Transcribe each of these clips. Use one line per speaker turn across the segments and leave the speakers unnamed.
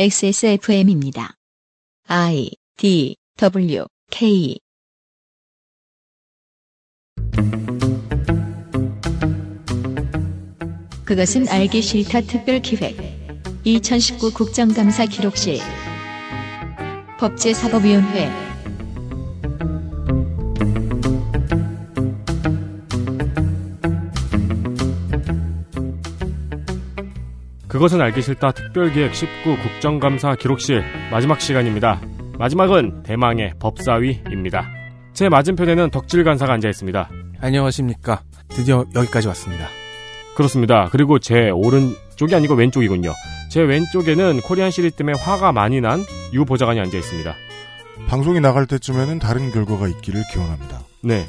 XSFM입니다. I D W K 그것은 알기 싫다 특별 기획 2019 국정감사 기록실 법제사법위원회
그것은 알기 싫다 특별기획 19 국정감사 기록실 마지막 시간입니다. 마지막은 대망의 법사위입니다. 제 맞은편에는 덕질 간사가 앉아 있습니다.
안녕하십니까. 드디어 여기까지 왔습니다.
그렇습니다. 그리고 제 오른쪽이 아니고 왼쪽이군요. 제 왼쪽에는 코리안 시리 때문에 화가 많이 난 유 보좌관이 앉아 있습니다.
방송이 나갈 때쯤에는 다른 결과가 있기를 기원합니다.
네.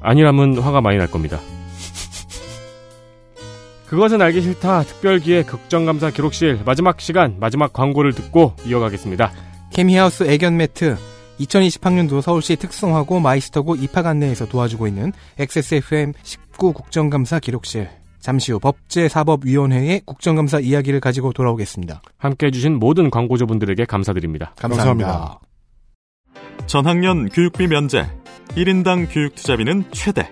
아니라면 화가 많이 날 겁니다. 그것은 알기 싫다 특별기획 극정감사 기록실 마지막 시간 마지막 광고를 듣고 이어가겠습니다.
케미하우스 애견 매트 2020학년도 서울시 특성화고 마이스터고 입학 안내에서 도와주고 있는 XSFM 19 국정감사 기록실 잠시 후 법제사법위원회의 국정감사 이야기를 가지고 돌아오겠습니다.
함께 해주신 모든 광고주분들에게 감사드립니다.
감사합니다.
감사합니다.
전학년 교육비 면제, 1인당 교육 투자비는 최대.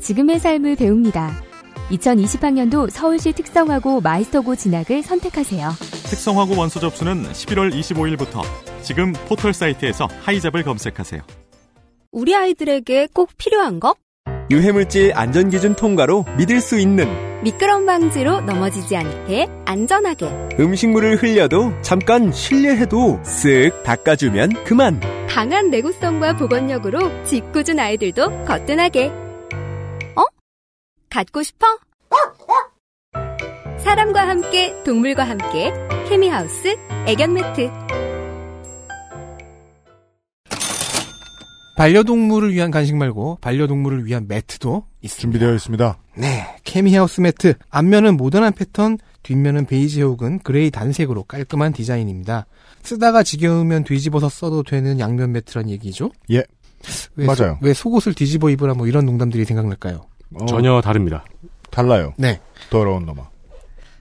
지금의 삶을 배웁니다. 2020학년도 서울시 특성화고 마이스터고 진학을 선택하세요.
특성화고 원서 접수는 11월 25일부터 지금 포털 사이트에서 하이잡을 검색하세요.
우리 아이들에게 꼭 필요한 것?
유해물질 안전기준 통과로 믿을 수 있는
미끄럼 방지로 넘어지지 않게 안전하게
음식물을 흘려도 잠깐 실례해도 쓱 닦아주면 그만
강한 내구성과 보건력으로 짓궂은 아이들도 거뜬하게 어? 갖고 싶어? 사람과 함께 동물과 함께 케미하우스 애견 매트
반려동물을 위한 간식 말고 반려동물을 위한 매트도 있습니다.
준비되어 있습니다.
네, 케미하우스 매트. 앞면은 모던한 패턴, 뒷면은 베이지 혹은 그레이 단색으로 깔끔한 디자인입니다. 쓰다가 지겨우면 뒤집어서 써도 되는 양면 매트란 얘기죠?
예.
왜
맞아요.
소- 왜 속옷을 뒤집어 입으라 뭐 이런 농담들이 생각날까요?
어,
전혀 다릅니다.
달라요.
네.
더러운 놈아.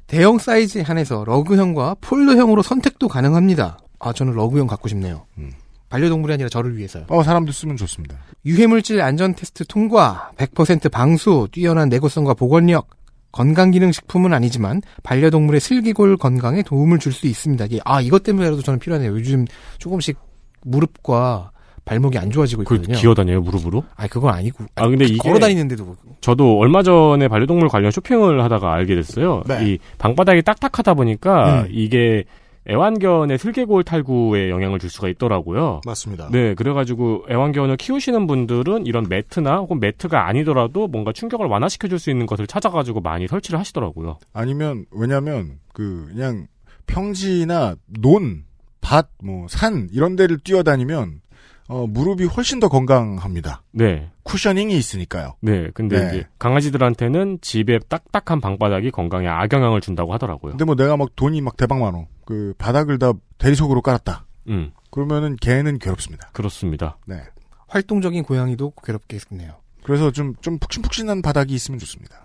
대형 사이즈에 한해서 러그형과 폴더형으로 선택도 가능합니다. 아, 저는 러그형 갖고 싶네요.
음.
반려동물이 아니라 저를 위해서요.
어 사람도 쓰면 좋습니다.
유해물질 안전 테스트 통과, 100% 방수, 뛰어난 내구성과 보건력, 건강기능식품은 아니지만 반려동물의 슬기골 건강에 도움을 줄 수 있습니다. 이게 아, 이것 때문에라도 저는 필요하네요. 요즘 조금씩 무릎과 발목이 안 좋아지고
그걸
있거든요.
기어다녀요 무릎으로?
아, 그건 아니고.
아 근데 이게
걸어 다니는데도
저도 얼마 전에 반려동물 관련 쇼핑을 하다가 알게 됐어요.
네.
이 방바닥이 딱딱하다 보니까
음.
이게 애완견의 슬개골 탈구에 영향을 줄 수가 있더라고요.
맞습니다.
네, 그래가지고 애완견을 키우시는 분들은 이런 매트나 혹은 매트가 아니더라도 뭔가 충격을 완화시켜줄 수 있는 것을 찾아가지고 많이 설치를 하시더라고요.
아니면 왜냐하면 그 그냥 평지나 논, 밭, 뭐 산 이런 데를 뛰어다니면 어, 무릎이 훨씬 더 건강합니다.
네,
쿠셔닝이 있으니까요.
네. 근데
네.
이제 강아지들한테는 집에 딱딱한 방바닥이 건강에 악영향을 준다고 하더라고요.
근데 뭐 내가 막 돈이 막 대박 많어. 그 바닥을 다 대리석으로 깔았다.
음,
그러면은 개는 괴롭습니다.
그렇습니다.
네.
활동적인 고양이도 괴롭게 했네요.
그래서 좀 좀 푹신푹신한 바닥이 있으면 좋습니다.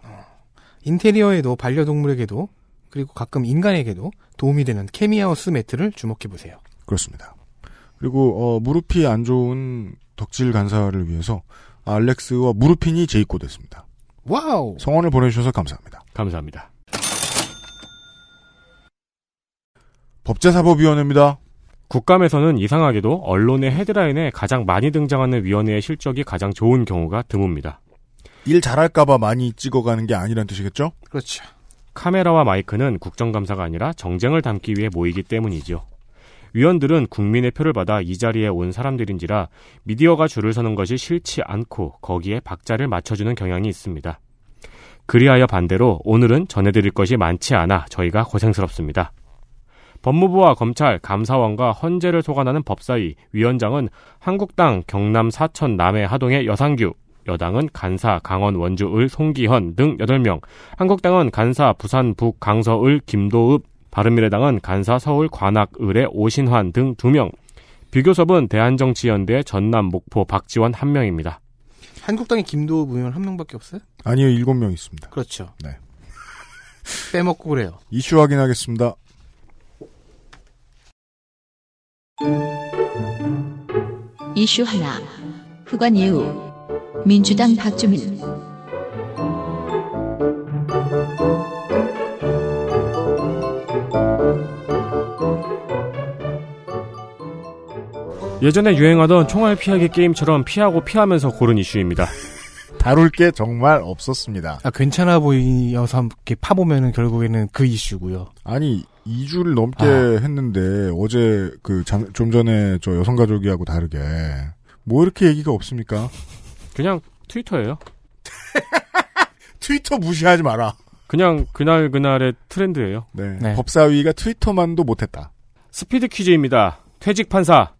인테리어에도 반려동물에게도 그리고 가끔 인간에게도 도움이 되는 케미하우스 매트를 주목해 보세요.
그렇습니다. 그리고 어, 무릎이 안 좋은 덕질 간사를 위해서 알렉스와 무릎핀이 재입고됐습니다.
와우.
성원을 보내주셔서 감사합니다.
감사합니다.
법제사법위원회입니다.
국감에서는 이상하게도 언론의 헤드라인에 가장 많이 등장하는 위원회의 실적이 가장 좋은 경우가 드뭅니다.
일 잘할까봐 많이 찍어가는 게 아니란 뜻이겠죠?
그렇죠.
카메라와 마이크는 국정감사가 아니라 정쟁을 담기 위해 모이기 때문이지요. 위원들은 국민의 표를 받아 이 자리에 온 사람들인지라 미디어가 줄을 서는 것이 싫지 않고 거기에 박자를 맞춰주는 경향이 있습니다. 그리하여 반대로 오늘은 전해드릴 것이 많지 않아 저희가 고생스럽습니다. 법무부와 검찰, 감사원과 헌재를 소관하는 법사위 위원장은 한국당 경남 사천 남해 하동의 여상규, 여당은 간사 강원 원주을 송기현 등 8명, 한국당은 간사 부산 북 강서을 김도읍, 바른미래당은 간사 서울 관악을의 오신환 등 2명, 비교섭은 대한정치연대 전남 목포 박지원 1명입니다.
한국당의 김도우 의원 한 명밖에 없어요?
아니요, 일곱 명 있습니다.
그렇죠.
네.
빼먹고 그래요.
이슈 확인하겠습니다.
이슈 하나. 후관 예우. 민주당 박주민.
예전에 유행하던 총알 피하기 게임처럼 피하고 피하면서 고른 이슈입니다.
다룰 게 정말 없었습니다.
아, 괜찮아 보이어서 이렇게 파보면은 결국에는 그 이슈고요.
아니 2주를 넘게
아.
했는데 어제 그 좀 전에 저 여성가족이하고 다르게 뭐 이렇게 얘기가 없습니까?
그냥 트위터예요.
트위터 무시하지 마라.
그냥 그날 그날의 트렌드예요.
네.
네.
법사위가 트위터만도 못했다.
스피드 퀴즈입니다. 퇴직 판사.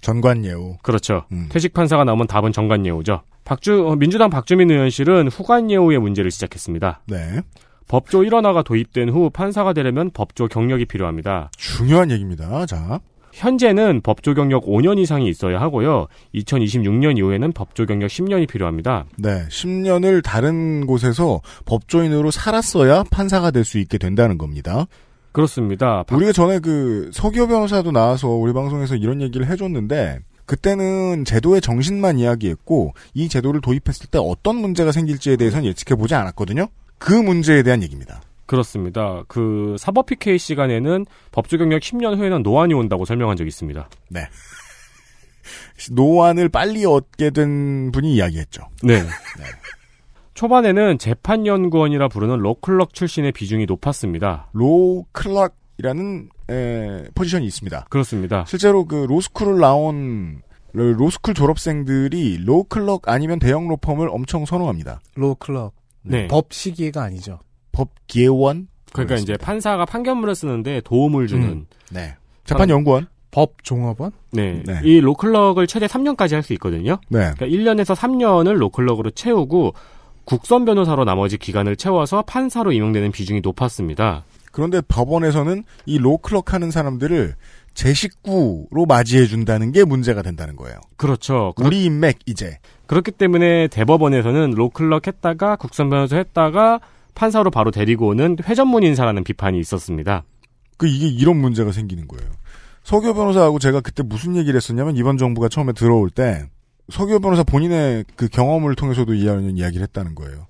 전관예우.
그렇죠.
음.
퇴직 판사가 나오면 답은 정관예우죠. 박주 어, 민주당 박주민 의원실은 후관예우의 문제를 시작했습니다.
네.
법조 1원화가 도입된 후 판사가 되려면 법조 경력이 필요합니다.
중요한 얘기입니다. 자.
현재는 법조 경력 5년 이상이 있어야 하고요. 2026년 이후에는 법조 경력 10년이 필요합니다.
네. 10년을 다른 곳에서 법조인으로 살았어야 판사가 될 수 있게 된다는 겁니다.
그렇습니다. 박-
우리가 전에 그 서기호 변호사도 나와서 우리 방송에서 이런 얘기를 해줬는데 그때는 제도의 정신만 이야기했고 이 제도를 도입했을 때 어떤 문제가 생길지에 대해서는 예측해 보지 않았거든요. 그 문제에 대한 얘기입니다.
그렇습니다. 그 사법 PK 시간에는 법조 경력 10년 후에는 노안이 온다고 설명한 적이 있습니다.
노안을 빨리 얻게 된 분이 이야기했죠.
네. 초반에는 재판연구원이라 부르는 로클럭 출신의 비중이 높았습니다.
로 클락이라는 에, 포지션이 있습니다.
그렇습니다.
실제로 그 로스쿨을 나온 그 로스쿨 졸업생들이 로 클락 아니면 대형 로펌을 엄청 선호합니다.
로클럽.
네.
법 시기가 아니죠.
법계원
그러니까 이제 판사가 판결문을 쓰는데 도움을 주는
음.
네.
아,
재판연구원
법 종업원?
네.
네.
이 로클럭을 최대 3년까지 할 수 있거든요.
네.
그러니까 1년에서 3년을 로클럭으로 채우고 국선 변호사로 나머지 기간을 채워서 판사로 임용되는 비중이 높았습니다.
그런데 법원에서는 이 로클럭 하는 사람들을 제 식구로 맞이해 준다는 게 문제가 된다는 거예요.
그렇죠. 그렇,
우리 인맥 이제
그렇기 때문에 대법원에서는 로클럭 했다가 국선 변호사 했다가 판사로 바로 데리고 오는 회전문 인사라는 비판이 있었습니다.
그 이게 이런 문제가 생기는 거예요. 서교 변호사하고 제가 그때 무슨 얘기를 했었냐면 이번 정부가 처음에 들어올 때 서교 변호사 본인의 그 경험을 통해서도 이해하는 이야기를 했다는 거예요.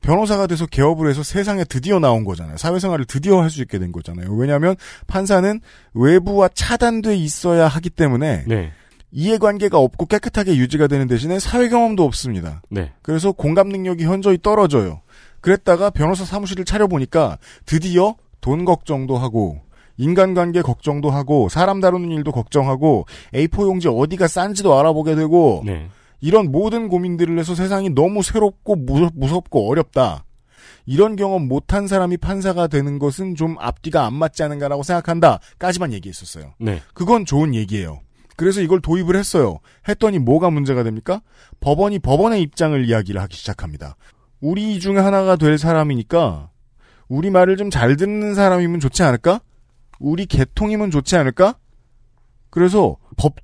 변호사가 돼서 개업을 해서 세상에 드디어 나온 거잖아요. 사회생활을 드디어 할 수 있게 된 거잖아요. 왜냐하면 판사는 외부와 차단돼 있어야 하기 때문에
네.
이해관계가 없고 깨끗하게 유지가 되는 대신에 사회 경험도 없습니다.
네.
그래서 공감 능력이 현저히 떨어져요. 그랬다가 변호사 사무실을 차려보니까 드디어 돈 걱정도 하고, 인간관계 걱정도 하고, 사람 다루는 일도 걱정하고, A4 용지 어디가 싼지도 알아보게 되고,
네.
이런 모든 고민들을 해서 세상이 너무 새롭고 무- 무섭고 어렵다. 이런 경험 못한 사람이 판사가 되는 것은 좀 앞뒤가 안 맞지 않은가라고 생각한다. 까지만 얘기했었어요.
네.
그건 좋은 얘기예요. 그래서 이걸 도입을 했어요. 했더니 뭐가 문제가 됩니까? 법원이 법원의 입장을 이야기를 하기 시작합니다. 우리 중에 하나가 될 사람이니까 우리 말을 좀 잘 듣는 사람이면 좋지 않을까? 우리 개통이면 좋지 않을까? 그래서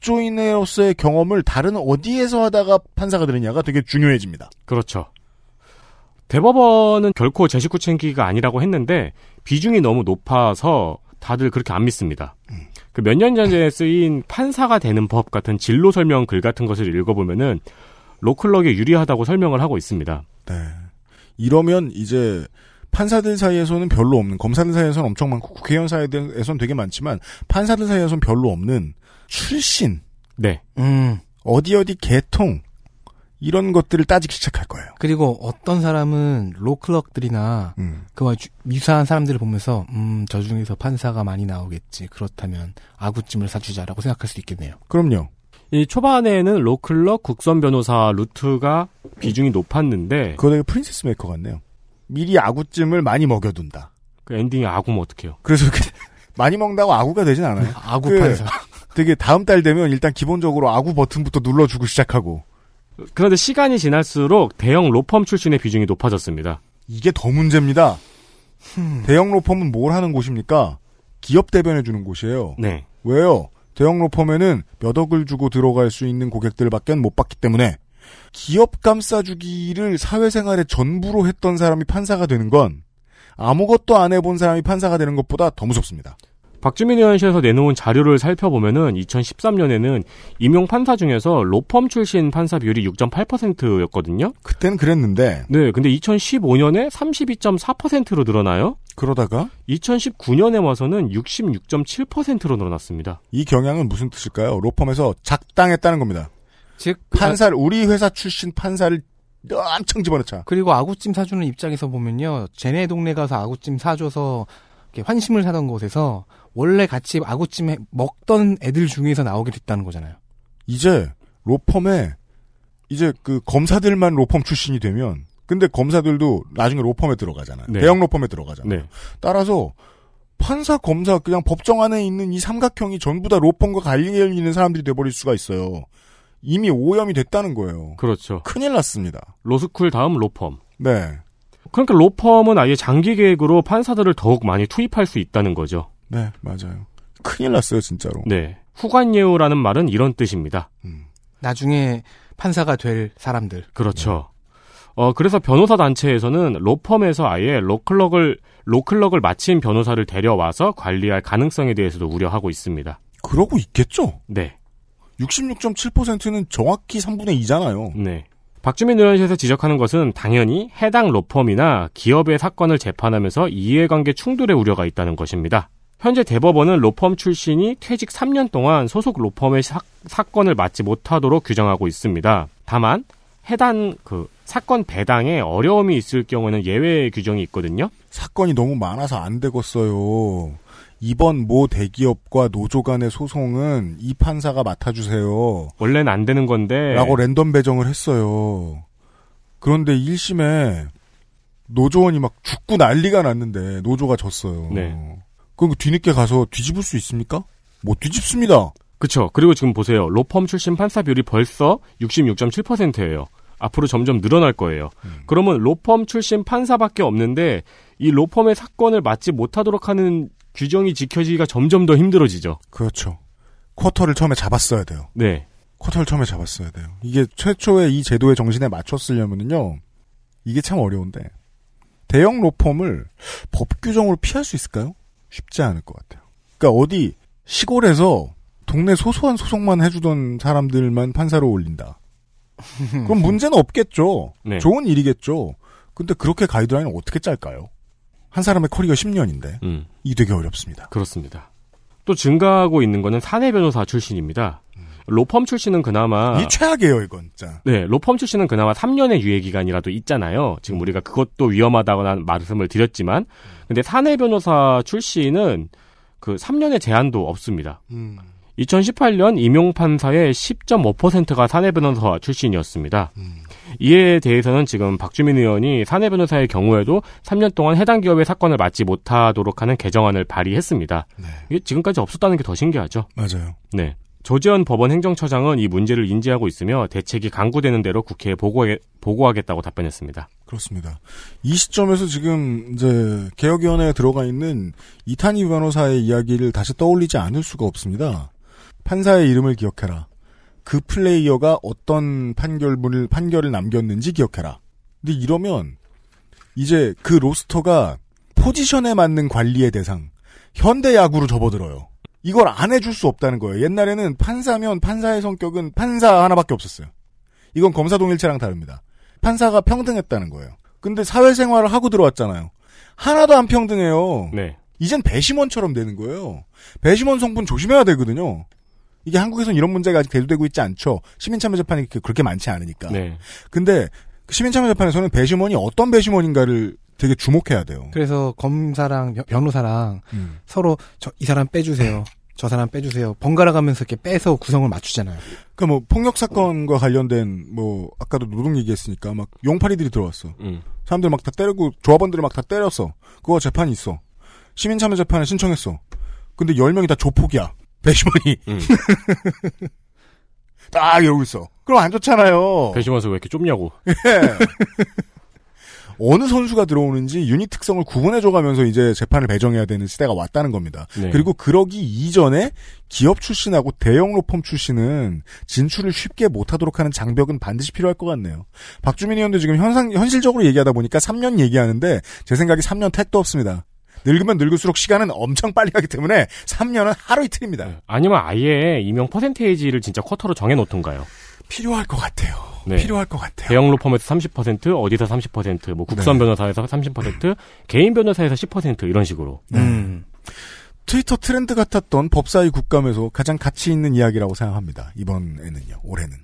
법조인으로서의 경험을 다른 어디에서 하다가 판사가 되느냐가 되게 중요해집니다.
그렇죠. 대법원은 결코 제 식구 챙기기가 아니라고 했는데 비중이 너무 높아서 다들 그렇게 안 믿습니다. 그 몇 년 전에 쓰인 판사가 되는 법 같은 진로 설명 글 같은 것을 읽어보면은 로클럭에 유리하다고 설명을 하고 있습니다.
네. 이러면 이제 판사들 사이에서는 별로 없는 검사들 사이에서는 엄청 많고 국회의원 사이에서는 되게 많지만 판사들 사이에서는 별로 없는 출신
네.
음.
어디 어디 개통 이런 것들을 따지기 시작할 거예요.
그리고 어떤 사람은 로클럭들이나
음.
그와 주- 유사한 사람들을 보면서 음, 저 중에서 판사가 많이 나오겠지. 그렇다면 아구찜을 사주자라고 생각할 수 있겠네요.
그럼요.
이 초반에는 로클럭 국선 변호사 루트가 비중이 높았는데
그거 되게 프린세스 메이커 같네요. 미리 아구찜을 많이 먹여둔다.
그 엔딩이 아구면 어떡해요.
그래서 이렇게 많이 먹는다고 아구가 되진 않아요.
아구
그-
판사.
되게 다음 달 되면 일단 기본적으로 아구 버튼부터 눌러주고 시작하고
그런데 시간이 지날수록 대형 로펌 출신의 비중이 높아졌습니다.
이게 더 문제입니다. 대형 로펌은 뭘 하는 곳입니까? 기업 대변해 주는 곳이에요.
네.
왜요? 대형 로펌에는 몇 억을 주고 들어갈 수 있는 고객들밖에 못 받기 때문에 기업 감싸주기를 사회생활의 전부로 했던 사람이 판사가 되는 건 아무것도 안 해본 사람이 판사가 되는 것보다 더 무섭습니다.
박주민 의원실에서 내놓은 자료를 살펴보면은 2013년에는 임용 판사 중에서 로펌 출신 판사 비율이 6.8%였거든요.
그때는 그랬는데
네, 근데 2015년에 32.4%로 늘어나요.
그러다가
2019년에 와서는 66.7%로 늘어났습니다.
이 경향은 무슨 뜻일까요? 로펌에서 작당했다는 겁니다.
즉그
판사를 우리 회사 출신 판사를 엄청 집어넣자.
그리고 아구찜 사주는 입장에서 보면요. 쟤네 동네 가서 아구찜 사줘서 이렇게 환심을 사던 곳에서 원래 같이 아구찜 해- 먹던 애들 중에서 나오게 됐다는 거잖아요.
이제 로펌에 이제 그 검사들만 로펌 출신이 되면 근데 검사들도 나중에 로펌에 들어가잖아요.
네.
대형 로펌에 들어가잖아요.
네.
따라서 판사, 검사 그냥 법정 안에 있는 이 삼각형이 전부 다 로펌과 관련이 있는 사람들이 돼버릴 수가 있어요. 이미 오염이 됐다는 거예요.
그렇죠.
큰일 났습니다.
로스쿨 다음 로펌.
네,
그러니까 로펌은 아예 장기 계획으로 판사들을 더욱 많이 투입할 수 있다는 거죠.
네 맞아요. 큰일 났어요 진짜로.
네. 후관 예우라는 말은 이런 뜻입니다.
음.
나중에 판사가 될 사람들.
그렇죠. 어, 그래서 변호사 단체에서는 로펌에서 아예 로클럭을, 로클럭을 마친 변호사를 데려와서 관리할 가능성에 대해서도 우려하고 있습니다.
그러고 있겠죠.
네.
66.7%는 정확히 3분의 2잖아요.
네. 박주민 의원실에서 지적하는 것은 당연히 해당 로펌이나 기업의 사건을 재판하면서 이해관계 충돌의 우려가 있다는 것입니다. 현재 대법원은 로펌 출신이 퇴직 3년 동안 소속 로펌의 사, 사건을 맡지 못하도록 규정하고 있습니다. 다만 해당 그 사건 배당에 어려움이 있을 경우에는 예외 규정이 있거든요.
사건이 너무 많아서 안 되겠어요. 이번 모 대기업과 노조 간의 소송은 이 판사가 맡아주세요.
원래는 안 되는 건데
라고 랜덤 배정을 했어요. 그런데 1심에 노조원이 막 죽고 난리가 났는데 노조가 졌어요.
네.
그럼 뒤늦게 가서 뒤집을 수 있습니까? 못 뒤집습니다.
그쵸. 그리고 지금 보세요. 로펌 출신 판사 비율이 벌써 66.7%예요. 앞으로 점점 늘어날 거예요.
음.
그러면 로펌 출신 판사밖에 없는데 이 로펌의 사건을 맡지 못하도록 하는 규정이 지켜지기가 점점 더 힘들어지죠.
그렇죠. 쿼터를 처음에 잡았어야 돼요.
네.
쿼터를 처음에 잡았어야 돼요. 이게 최초의 이 제도의 정신에 맞췄으려면요. 이게 참 어려운데. 대형 로펌을 법 규정으로 피할 수 있을까요? 쉽지 않을 것 같아요. 그러니까 어디 시골에서 동네 소소한 소송만 해주던 사람들만 판사로 올린다. 그럼 문제는 없겠죠.
네.
좋은 일이겠죠. 근데 그렇게 가이드라인을 어떻게 짤까요? 한 사람의 커리어 10년인데
음,
이 되게 어렵습니다.
그렇습니다. 또 증가하고 있는 거는 사내 변호사 출신입니다. 로펌 출신은 그나마
음. 이 최악이에요, 이건 진짜.
네, 로펌 출신은 그나마 3년의 유예 기간이라도 있잖아요. 지금 우리가 그것도 위험하다거나 말씀을 드렸지만, 근데 사내 변호사 출신은 그 3년의 제한도 없습니다. 2018년 임용 판사의 10.5%가 사내 변호사 출신이었습니다. 이에 대해서는 지금 박주민 의원이 사내 변호사의 경우에도 3년 동안 해당 기업의 사건을 맡지 못하도록 하는 개정안을 발의했습니다. 이게 지금까지 없었다는 게 더 신기하죠.
맞아요.
네. 조재현 법원 행정처장은 이 문제를 인지하고 있으며 대책이 강구되는 대로 국회에 보고하, 보고하겠다고 답변했습니다.
그렇습니다. 이 시점에서 지금 이제 개혁위원회에 들어가 있는 이탄희 변호사의 이야기를 다시 떠올리지 않을 수가 없습니다. 판사의 이름을 기억해라. 그 플레이어가 어떤 판결문을 판결을 남겼는지 기억해라. 근데 이러면 이제 그 로스터가 포지션에 맞는 관리의 대상 현대 야구로 접어들어요. 이걸 안 해줄 수 없다는 거예요. 옛날에는 판사면 판사의 성격은 판사 하나밖에 없었어요. 이건 검사 동일체랑 다릅니다. 판사가 평등했다는 거예요. 근데 사회생활을 하고 들어왔잖아요. 하나도 안 평등해요.
네.
이젠 배심원처럼 되는 거예요. 배심원 성분 조심해야 되거든요. 이게 한국에선 이런 문제가 아직 대두되고 있지 않죠. 시민참여 재판이 그- 그렇게 많지 않으니까.
네.
근데 그 시민참여 재판에서는 배심원이 어떤 배심원인가를 되게 주목해야 돼요.
그래서 검사랑 변- 변호사랑
음.
서로 저, 이 사람 빼주세요. 저 사람 빼주세요. 번갈아 가면서 이렇게 빼서 구성을 맞추잖아요.
그러니까 뭐 폭력 사건과 관련된 뭐 아까도 노동 얘기했으니까 막 용팔이들이 들어왔어.
음.
사람들 막 다 때리고 조합원들을 막 다 때렸어. 그거 재판이 있어. 시민참여 재판에 신청했어. 근데 10명이 다 조폭이야. 배심원이.
음.
딱 이러고 있어. 그럼 안 좋잖아요.
어.
배심원서 왜 이렇게 좁냐고.
어느 선수가 들어오는지 유닛 특성을 구분해줘가면서 이제 재판을 배정해야 되는 시대가 왔다는 겁니다.
네.
그리고 그러기 이전에 기업 출신하고 대형 로펌 출신은 진출을 쉽게 못하도록 하는 장벽은 반드시 필요할 것 같네요. 박주민 의원도 지금 현상, 현실적으로 얘기하다 보니까 3년 얘기하는데 제 생각에 3년 택도 없습니다. 늙으면 늙을수록 시간은 엄청 빨리 가기 때문에 3년은 하루 이틀입니다.
아니면 아예 임용 퍼센테이지를 진짜 쿼터로 정해놓던가요.
필요할 것 같아요.
네.
필요할 것 같아요.
대형 로펌에서 30%, 어디서 30%, 뭐
네.
국선 변호사에서 30%, 개인 변호사에서 10% 이런 식으로.
음. 트위터 트렌드 같았던 법사위 국감에서 가장 가치 있는 이야기라고 생각합니다. 이번에는요. 올해는.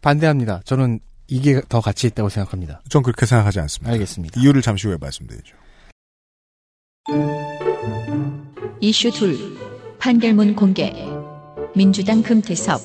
반대합니다. 저는 이게 더 가치 있다고 생각합니다.
전 그렇게 생각하지 않습니다.
알겠습니다.
이유를 잠시 후에 말씀드리죠.
이슈 둘 판결문 공개 민주당 금태섭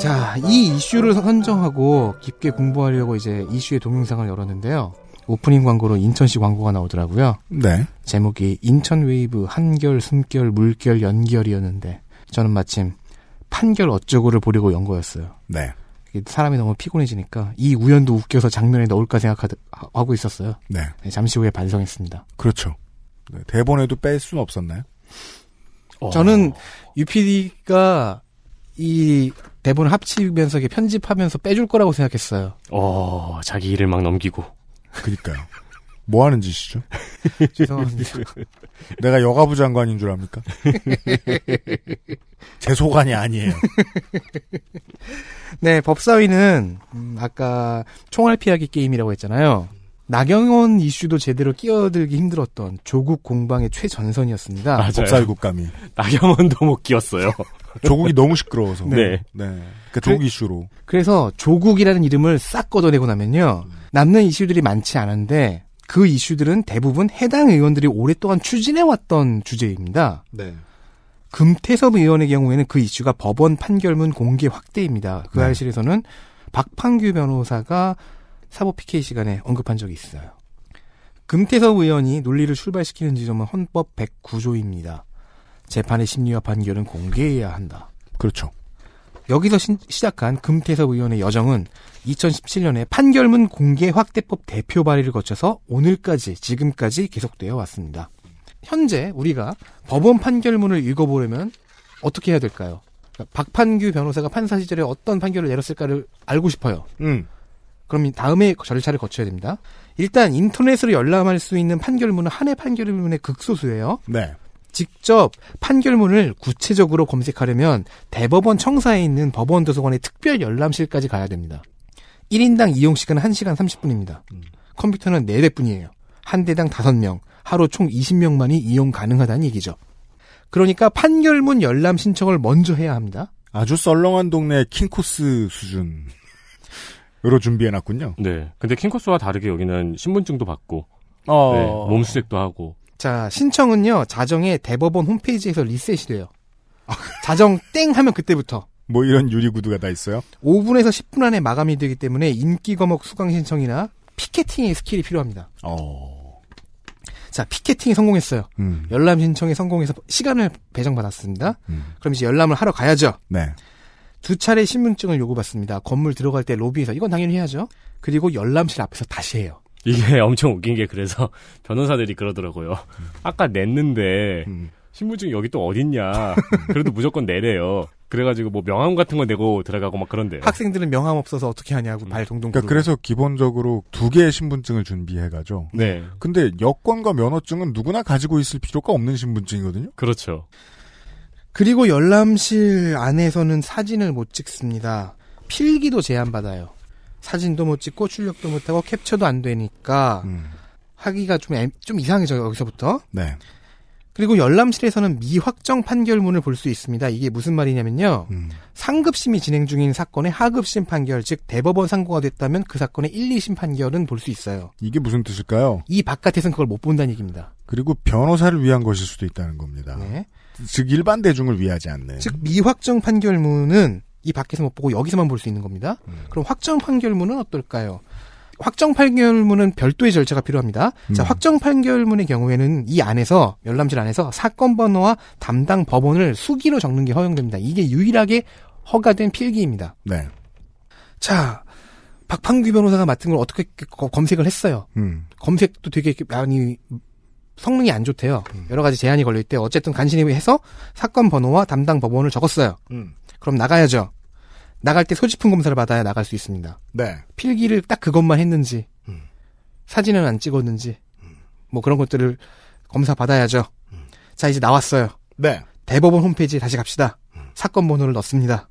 자, 이 이슈를 선정하고 깊게 공부하려고 이제 이슈의 동영상을 열었는데요. 오프닝 광고로 인천시 광고가 나오더라고요.
네.
제목이 인천 웨이브 한결 숨결 물결 연결이었는데 저는 마침 판결 어쩌고를 보려고 연 거였어요.
네.
이게 사람이 너무 피곤해지니까 이 우연도 웃겨서 장면에 넣을까 생각하고 있었어요.
네.
네, 잠시 후에 반성했습니다.
그렇죠. 네, 대본에도 뺄 수는 없었나요?
어.
저는 UPD가 이 대본을 합치면서 이렇게 편집하면서 빼줄 거라고 생각했어요.
어, 자기 일을 막 넘기고.
그니까요. 뭐 하는 짓이죠?
죄송합니다.
내가 여가부 장관인 줄 압니까? 제 소관이 아니에요.
네, 법사위는 음, 아까 총알 피하기 게임이라고 했잖아요. 나경원 이슈도 제대로 끼어들기 힘들었던 조국 공방의 최전선이었습니다.
맞아요.
법사위 국감이.
나경원도 못 끼었어요.
조국이 너무 시끄러워서.
네.
네. 그 조국 이슈로.
그래서 조국이라는 이름을 싹 걷어내고 나면요. 남는 이슈들이 많지 않은데 그 이슈들은 대부분 해당 의원들이 오랫동안 추진해왔던 주제입니다.
네.
금태섭 의원의 경우에는 그 이슈가 법원 판결문 공개 확대입니다. 그
네.
알실에서는 박판규 변호사가 사법 PK 시간에 언급한 적이 있어요. 금태섭 의원이 논리를 출발시키는 지점은 헌법 109조입니다. 재판의 심리와 판결은 공개해야 한다.
그렇죠.
여기서 신- 시작한 금태섭 의원의 여정은 2017년에 판결문 공개 확대법 대표 발의를 거쳐서 오늘까지 지금까지 계속되어 왔습니다. 현재 우리가 법원 판결문을 읽어보려면 어떻게 해야 될까요? 그러니까 박판규 변호사가 판사 시절에 어떤 판결을 내렸을까를 알고 싶어요.
음.
그럼 이 다음에 절차를 거쳐야 됩니다. 일단 인터넷으로 열람할 수 있는 판결문은 한 해 판결문의 극소수예요.
네.
직접 판결문을 구체적으로 검색하려면 대법원 청사에 있는 법원 도서관의 특별 열람실까지 가야 됩니다. 1인당 이용 시간은 1시간 30분입니다. 컴퓨터는 4대뿐이에요. 한 대당 5명, 하루 총 20명만이 이용 가능하다는 얘기죠. 그러니까 판결문 열람 신청을 먼저 해야 합니다.
아주 썰렁한 동네 킹코스 수준으로 준비해놨군요.
네. 근데 킹코스와 다르게 여기는 신분증도 받고,
어.
네, 몸수색도 하고.
자, 신청은요, 자정에 대법원 홈페이지에서 리셋이 돼요. 자정 땡 하면 그때부터.
뭐 이런 유리구두가 다 있어요?
5분에서 10분 안에 마감이 되기 때문에 인기 거목 수강 신청이나 피케팅의 스킬이 필요합니다.
어.
자, 피케팅이 성공했어요.
음.
열람 신청에 성공해서 시간을 배정받았습니다.
음.
그럼 이제 열람을 하러 가야죠.
네.
두 차례 신분증을 요구받습니다. 건물 들어갈 때 로비에서 이건 당연히 해야죠. 그리고 열람실 앞에서 다시 해요.
이게 엄청 웃긴 게 그래서 변호사들이 그러더라고요. 아까 냈는데,
음.
신분증 여기 또 어딨냐. 그래도 무조건 내래요. 그래가지고 뭐 명함 같은 거 내고 들어가고 막 그런데요.
학생들은 명함 없어서 어떻게 하냐고 발 동동.
네. 그러니까
구르고.
그래서 기본적으로 두 개의 신분증을 준비해가죠.
네.
근데 여권과 면허증은 누구나 가지고 있을 필요가 없는 신분증이거든요.
그렇죠.
그리고 열람실 안에서는 사진을 못 찍습니다. 필기도 제한받아요. 사진도 못 찍고 출력도 못하고 캡처도 안 되니까
음.
하기가 좀, 애- 좀 이상해져요, 여기서부터.
네.
그리고 열람실에서는 미확정 판결문을 볼 수 있습니다. 이게 무슨 말이냐면요.
음.
상급심이 진행 중인 사건의 하급심 판결, 즉 대법원 상고가 됐다면 그 사건의 1, 2심 판결은 볼 수 있어요.
이게 무슨 뜻일까요?
이 바깥에서는 그걸 못 본다는 얘기입니다.
그리고 변호사를 위한 것일 수도 있다는 겁니다.
네.
즉 일반 대중을 위하지 않는.
즉 미확정 판결문은 이 밖에서 못 보고 여기서만 볼 수 있는 겁니다. 그럼 확정 판결문은 어떨까요? 확정 판결문은 별도의 절차가 필요합니다. 자,
음.
확정 판결문의 경우에는 이 안에서 열람실 안에서 사건 번호와 담당 법원을 수기로 적는 게 허용됩니다. 이게 유일하게 허가된 필기입니다.
네.
자, 박판규 변호사가 맡은 걸 어떻게 거- 검색을 했어요?
음.
검색도 되게 이렇게 많이 성능이 안 좋대요. 여러 가지 제한이 걸려 있대. 어쨌든 간신히 해서 사건 번호와 담당 법원을 적었어요. 그럼 나가야죠. 나갈 때 소지품 검사를 받아야 나갈 수 있습니다.
네.
필기를 딱 그것만 했는지, 사진은 안 찍었는지, 뭐 그런 것들을 검사 받아야죠. 자, 이제 나왔어요.
네.
대법원 홈페이지에 다시 갑시다. 사건 번호를 넣습니다.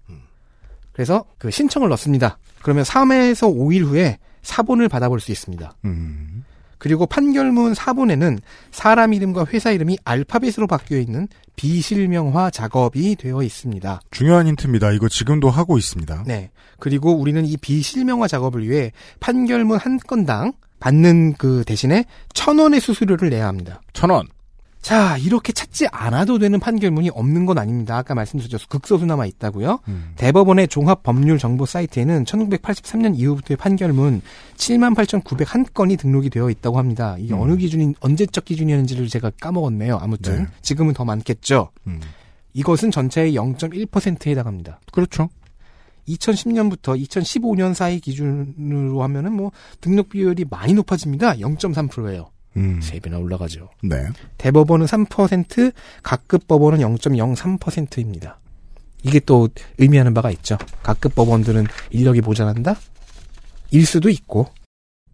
그래서 그 신청을 넣습니다. 그러면 3회에서 5일 후에 사본을 받아볼 수 있습니다.
음.
그리고 판결문 사본에는 사람 이름과 회사 이름이 알파벳으로 바뀌어 있는 비실명화 작업이 되어 있습니다.
중요한 힌트입니다. 이거 지금도 하고 있습니다.
네. 그리고 우리는 이 비실명화 작업을 위해 판결문 한 건당 받는 그 대신에 천 원의 수수료를 내야 합니다.
천 원.
자, 이렇게 찾지 않아도 되는 판결문이 없는 건 아닙니다. 아까 말씀드렸죠. 극소수나마 있다고요.
음.
대법원의 종합법률정보 사이트에는 1983년 이후부터의 판결문 78,901건이 등록이 되어 있다고 합니다. 이게
음.
어느 기준인 언제적 기준이었는지를 제가 까먹었네요. 아무튼
네.
지금은 더 많겠죠.
음.
이것은 전체의 0.1%에 해당합니다.
그렇죠.
2010년부터 2015년 사이 기준으로 하면은 뭐 등록 비율이 많이 높아집니다. 0.3%예요.
음.
세 배나 올라가죠.
네.
대법원은 3%, 각급 법원은 0.03%입니다. 이게 또 의미하는 바가 있죠. 각급 법원들은 인력이 모자란다? 일 수도 있고.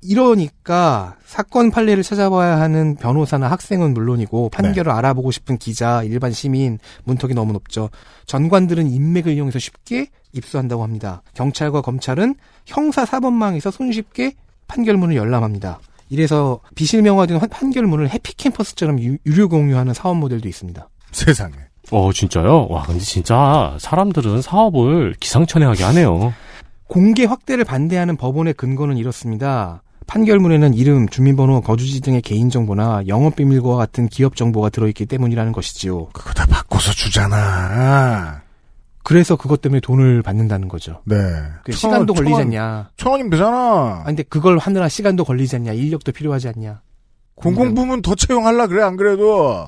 이러니까 사건 판례를 찾아봐야 하는 변호사나 학생은 물론이고 판결을 알아보고 싶은 기자, 일반 시민, 문턱이 너무 높죠. 전관들은 인맥을 이용해서 쉽게 입수한다고 합니다. 경찰과 검찰은 형사 사법망에서 손쉽게 판결문을 열람합니다. 이래서 비실명화된 환- 판결문을 해피캠퍼스처럼 유- 유료 공유하는 사업 모델도 있습니다.
세상에.
어, 진짜요? 와, 근데 진짜 사람들은 사업을 기상천외하게 하네요.
공개 확대를 반대하는 법원의 근거는 이렇습니다. 판결문에는 이름, 주민번호, 거주지 등의 개인정보나 영업비밀과 같은 기업 정보가 들어있기 때문이라는 것이지요.
그거 다 바꿔서 주잖아.
그래서 그것 때문에 돈을 받는다는 거죠.
네.
그
천
시간도
원, 천
걸리지
원,
않냐.
천 원이면 되잖아.
아 근데 그걸 하느라 시간도 걸리지 않냐. 인력도 필요하지 않냐.
공공부문 더 채용할라 그래 안 그래도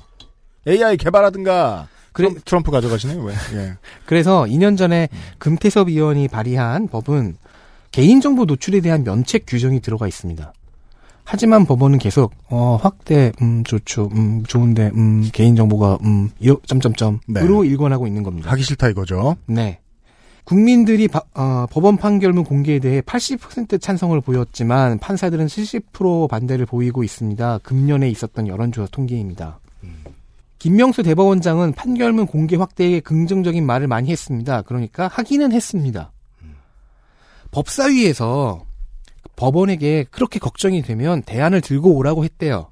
AI 개발하든가.
그래-
트럼- 트럼프 가져가시네요 왜? 예.
그래서 2년 전에 금태섭 의원이 발의한 법은 개인정보 노출에 대한 면책 규정이 들어가 있습니다. 하지만 법원은 계속 어, 확대 음 좋죠 음 좋은데 음 개인정보가 음 이러, 점점점으로 일관하고 있는 겁니다.
하기 싫다 이거죠.
네. 국민들이 바- 어, 법원 판결문 공개에 대해 80% 찬성을 보였지만 판사들은 70% 반대를 보이고 있습니다. 금년에 있었던 여론조사 통계입니다. 김명수 대법원장은 판결문 공개 확대에 긍정적인 말을 많이 했습니다. 그러니까 하기는 했습니다. 법사위에서 법원에게 그렇게 걱정이 되면 대안을 들고 오라고 했대요.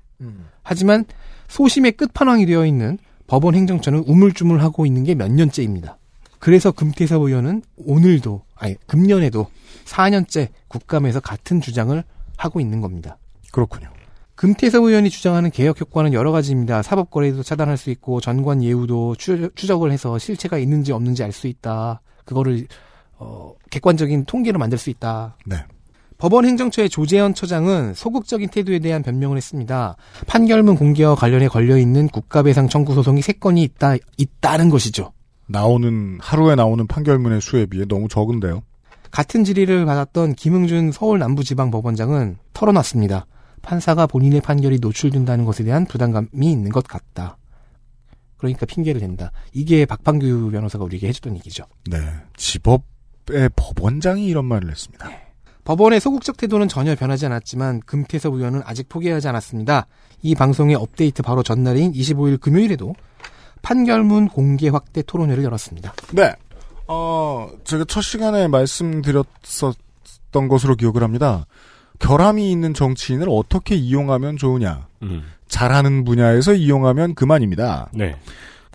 하지만 소심의 끝판왕이 되어 있는 법원 행정처는 우물쭈물하고 있는 게 몇 년째입니다. 그래서 금태섭 의원은 오늘도 아니 금년에도 4년째 국감에서 같은 주장을 하고 있는 겁니다.
그렇군요.
금태섭 의원이 주장하는 개혁 효과는 여러 가지입니다. 사법 거래도 차단할 수 있고 전관 예우도 추- 추적을 해서 실체가 있는지 없는지 알 수 있다. 그거를 어, 객관적인 통계로 만들 수 있다.
네.
법원 행정처의 조재현 처장은 소극적인 태도에 대한 변명을 했습니다. 판결문 공개와 관련해 걸려 있는 국가배상 청구 소송이 세 건이 있다 있다는 것이죠.
나오는 하루에 나오는 판결문의 수에 비해 너무 적은데요.
같은 질의를 받았던 김흥준 서울 남부지방법원장은 털어놨습니다. 판사가 본인의 판결이 노출된다는 것에 대한 부담감이 있는 것 같다. 그러니까 핑계를 댄다. 이게 박판규 변호사가 우리에게 해줬던 얘기죠.
네. 지법의 법원장이 이런 말을 했습니다.
법원의 소극적 태도는 전혀 변하지 않았지만 금태섭 의원은 아직 포기하지 않았습니다. 이 방송의 업데이트 바로 전날인 25일 금요일에도 판결문 공개 확대 토론회를 열었습니다.
네. 어, 제가 첫 시간에 말씀드렸었던 것으로 기억을 합니다. 결함이 있는 정치인을 어떻게 이용하면 좋으냐.
음.
잘하는 분야에서 이용하면 그만입니다.
네.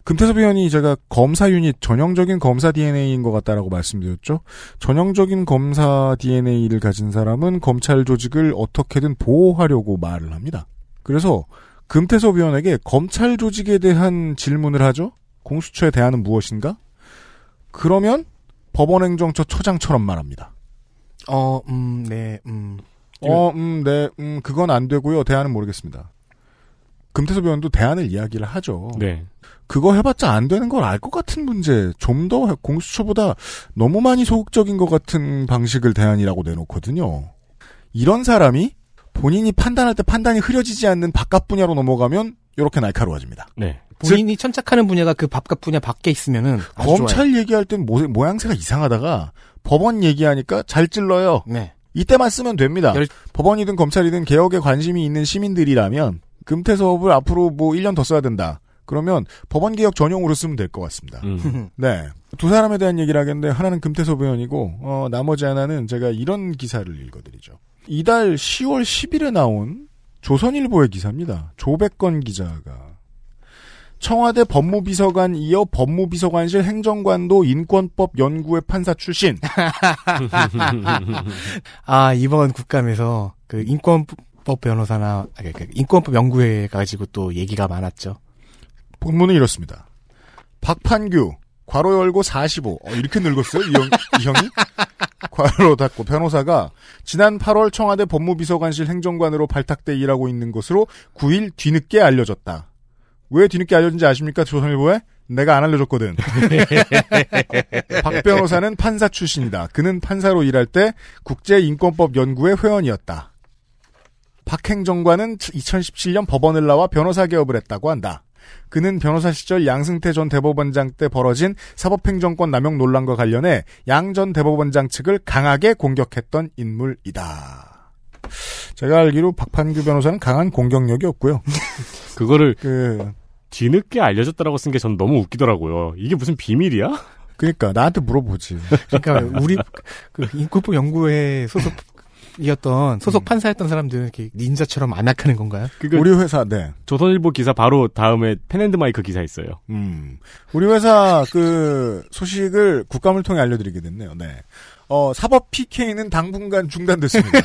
금태섭 의원이 제가 검사 유닛 전형적인 검사 DNA인 것 같다라고 말씀드렸죠. 전형적인 검사 DNA를 가진 사람은 검찰 조직을 어떻게든 보호하려고 말을 합니다. 그래서 금태섭 의원에게 검찰 조직에 대한 질문을 하죠. 공수처에 대한은 무엇인가? 그러면 법원행정처 처장처럼 말합니다.
어, 음, 네, 음.
어, 음, 네, 음, 그건 안 되고요. 대안은 모르겠습니다. 금태섭 의원도 대안을 이야기를 하죠.
네.
그거 해봤자 안 되는 걸 알 것 같은 문제, 좀 더 공수처보다 너무 많이 소극적인 것 같은 방식을 대안이라고 내놓거든요. 이런 사람이 본인이 판단할 때 판단이 흐려지지 않는 바깥 분야로 넘어가면 이렇게 날카로워집니다.
네.
본인이 천착하는 분야가 그 밥값 분야 밖에 있으면은 아주
검찰 얘기할 땐 모, 모양새가 이상하다가 법원 얘기하니까 잘 찔러요.
좋아요. 네.
이때만 쓰면 됩니다.
열-
법원이든 검찰이든 개혁에 관심이 있는 시민들이라면 금태섭을 앞으로 뭐 1년 더 써야 된다. 그러면 법원 개혁 전용으로 쓰면 될 것 같습니다.
음.
네. 두 사람에 대한 얘기를 하겠는데 하나는 금태섭 의원이고 어, 나머지 하나는 제가 이런 기사를 읽어드리죠. 이달 10월 10일에 나온 조선일보의 기사입니다. 조백건 기자가 청와대 법무비서관 이어 법무비서관실 행정관도 인권법 연구회 판사 출신.
아 이번 국감에서 그 인권법 변호사나 아니, 그 인권법 연구회 가지고 또 얘기가 많았죠.
본문은 이렇습니다. 박판규 괄호 열고 45. 어, 이렇게 늙었어요? 이, 형, 이 형이? 괄호 닫고 변호사가 지난 8월 청와대 법무비서관실 행정관으로 발탁돼 일하고 있는 것으로 9일 뒤늦게 알려졌다. 왜 뒤늦게 알려진지 아십니까? 조선일보에? 내가 안 알려줬거든. 박 변호사는 판사 출신이다. 그는 판사로 일할 때 국제인권법연구회 회원이었다. 박 행정관은 2017년 법원을 나와 변호사 개업을 했다고 한다. 그는 변호사 시절 양승태 전 대법원장 때 벌어진 사법행정권 남용 논란과 관련해 양 전 대법원장 측을 강하게 공격했던 인물이다. 제가 알기로 박판규 변호사는 강한 공격력이 없고요.
그거를
그
뒤늦게 알려줬다라고 쓴 게 전 너무 웃기더라고요. 이게 무슨 비밀이야?
그러니까 나한테 물어보지.
그러니까 우리 그 인권법 연구회 소속이었던 소속 판사였던 사람들은 이렇게 닌자처럼 안악하는 건가요?
그거
우리 회사 네.
조선일보 기사 바로 다음에 펜앤드마이크 기사 있어요.
음. 우리 회사 그 소식을 국감을 통해 알려드리게 됐네요. 네. 어, 사법 PK는 당분간 중단됐습니다.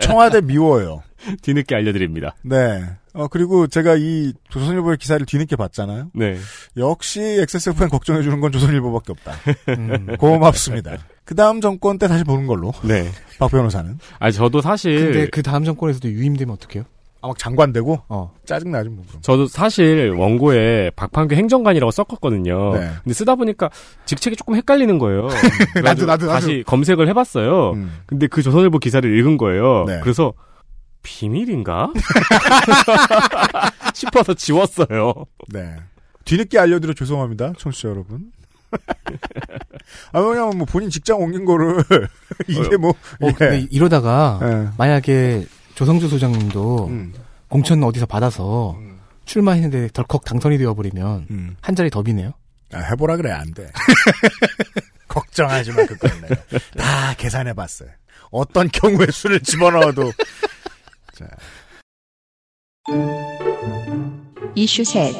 청와대 미워요.
뒤늦게 알려드립니다.
네. 어, 그리고 제가 이 조선일보의 기사를 뒤늦게 봤잖아요.
네.
역시 XSFN 걱정해주는 건 조선일보밖에 없다.
음.
고맙습니다. 그 다음 정권 때 다시 보는 걸로.
네.
박 변호사는.
아, 저도 사실.
근데 그 다음 정권에서도 유임되면 어떡해요?
아, 막 장관 되고?
어.
짜증나지, 뭐. 그럼.
저도 사실 원고에 박판규 행정관이라고 썼었거든요.
네.
근데 쓰다 보니까 직책이 조금 헷갈리는 거예요.
나도,
그래가지고
나도.
다시 검색을 해봤어요.
음.
근데 그 조선일보 기사를 읽은 거예요.
네.
그래서 비밀인가? 싶어서 지웠어요.
네. 뒤늦게 알려드려 죄송합니다, 청취자 여러분. 아, 왜냐면 뭐 본인 직장 옮긴 거를, 이게 뭐,
어,
예.
근데 이러다가
예.
만약에 조성주 소장님도
음,
공천 어디서 받아서 출마했는데 덜컥 당선이 되어버리면
음.
한 자리 더 비네요.
아, 해보라 그래, 안 돼. 걱정하지 마, 그건 내가. 다 계산해봤어요. 어떤 경우에 수를 집어넣어도.
이슈 셋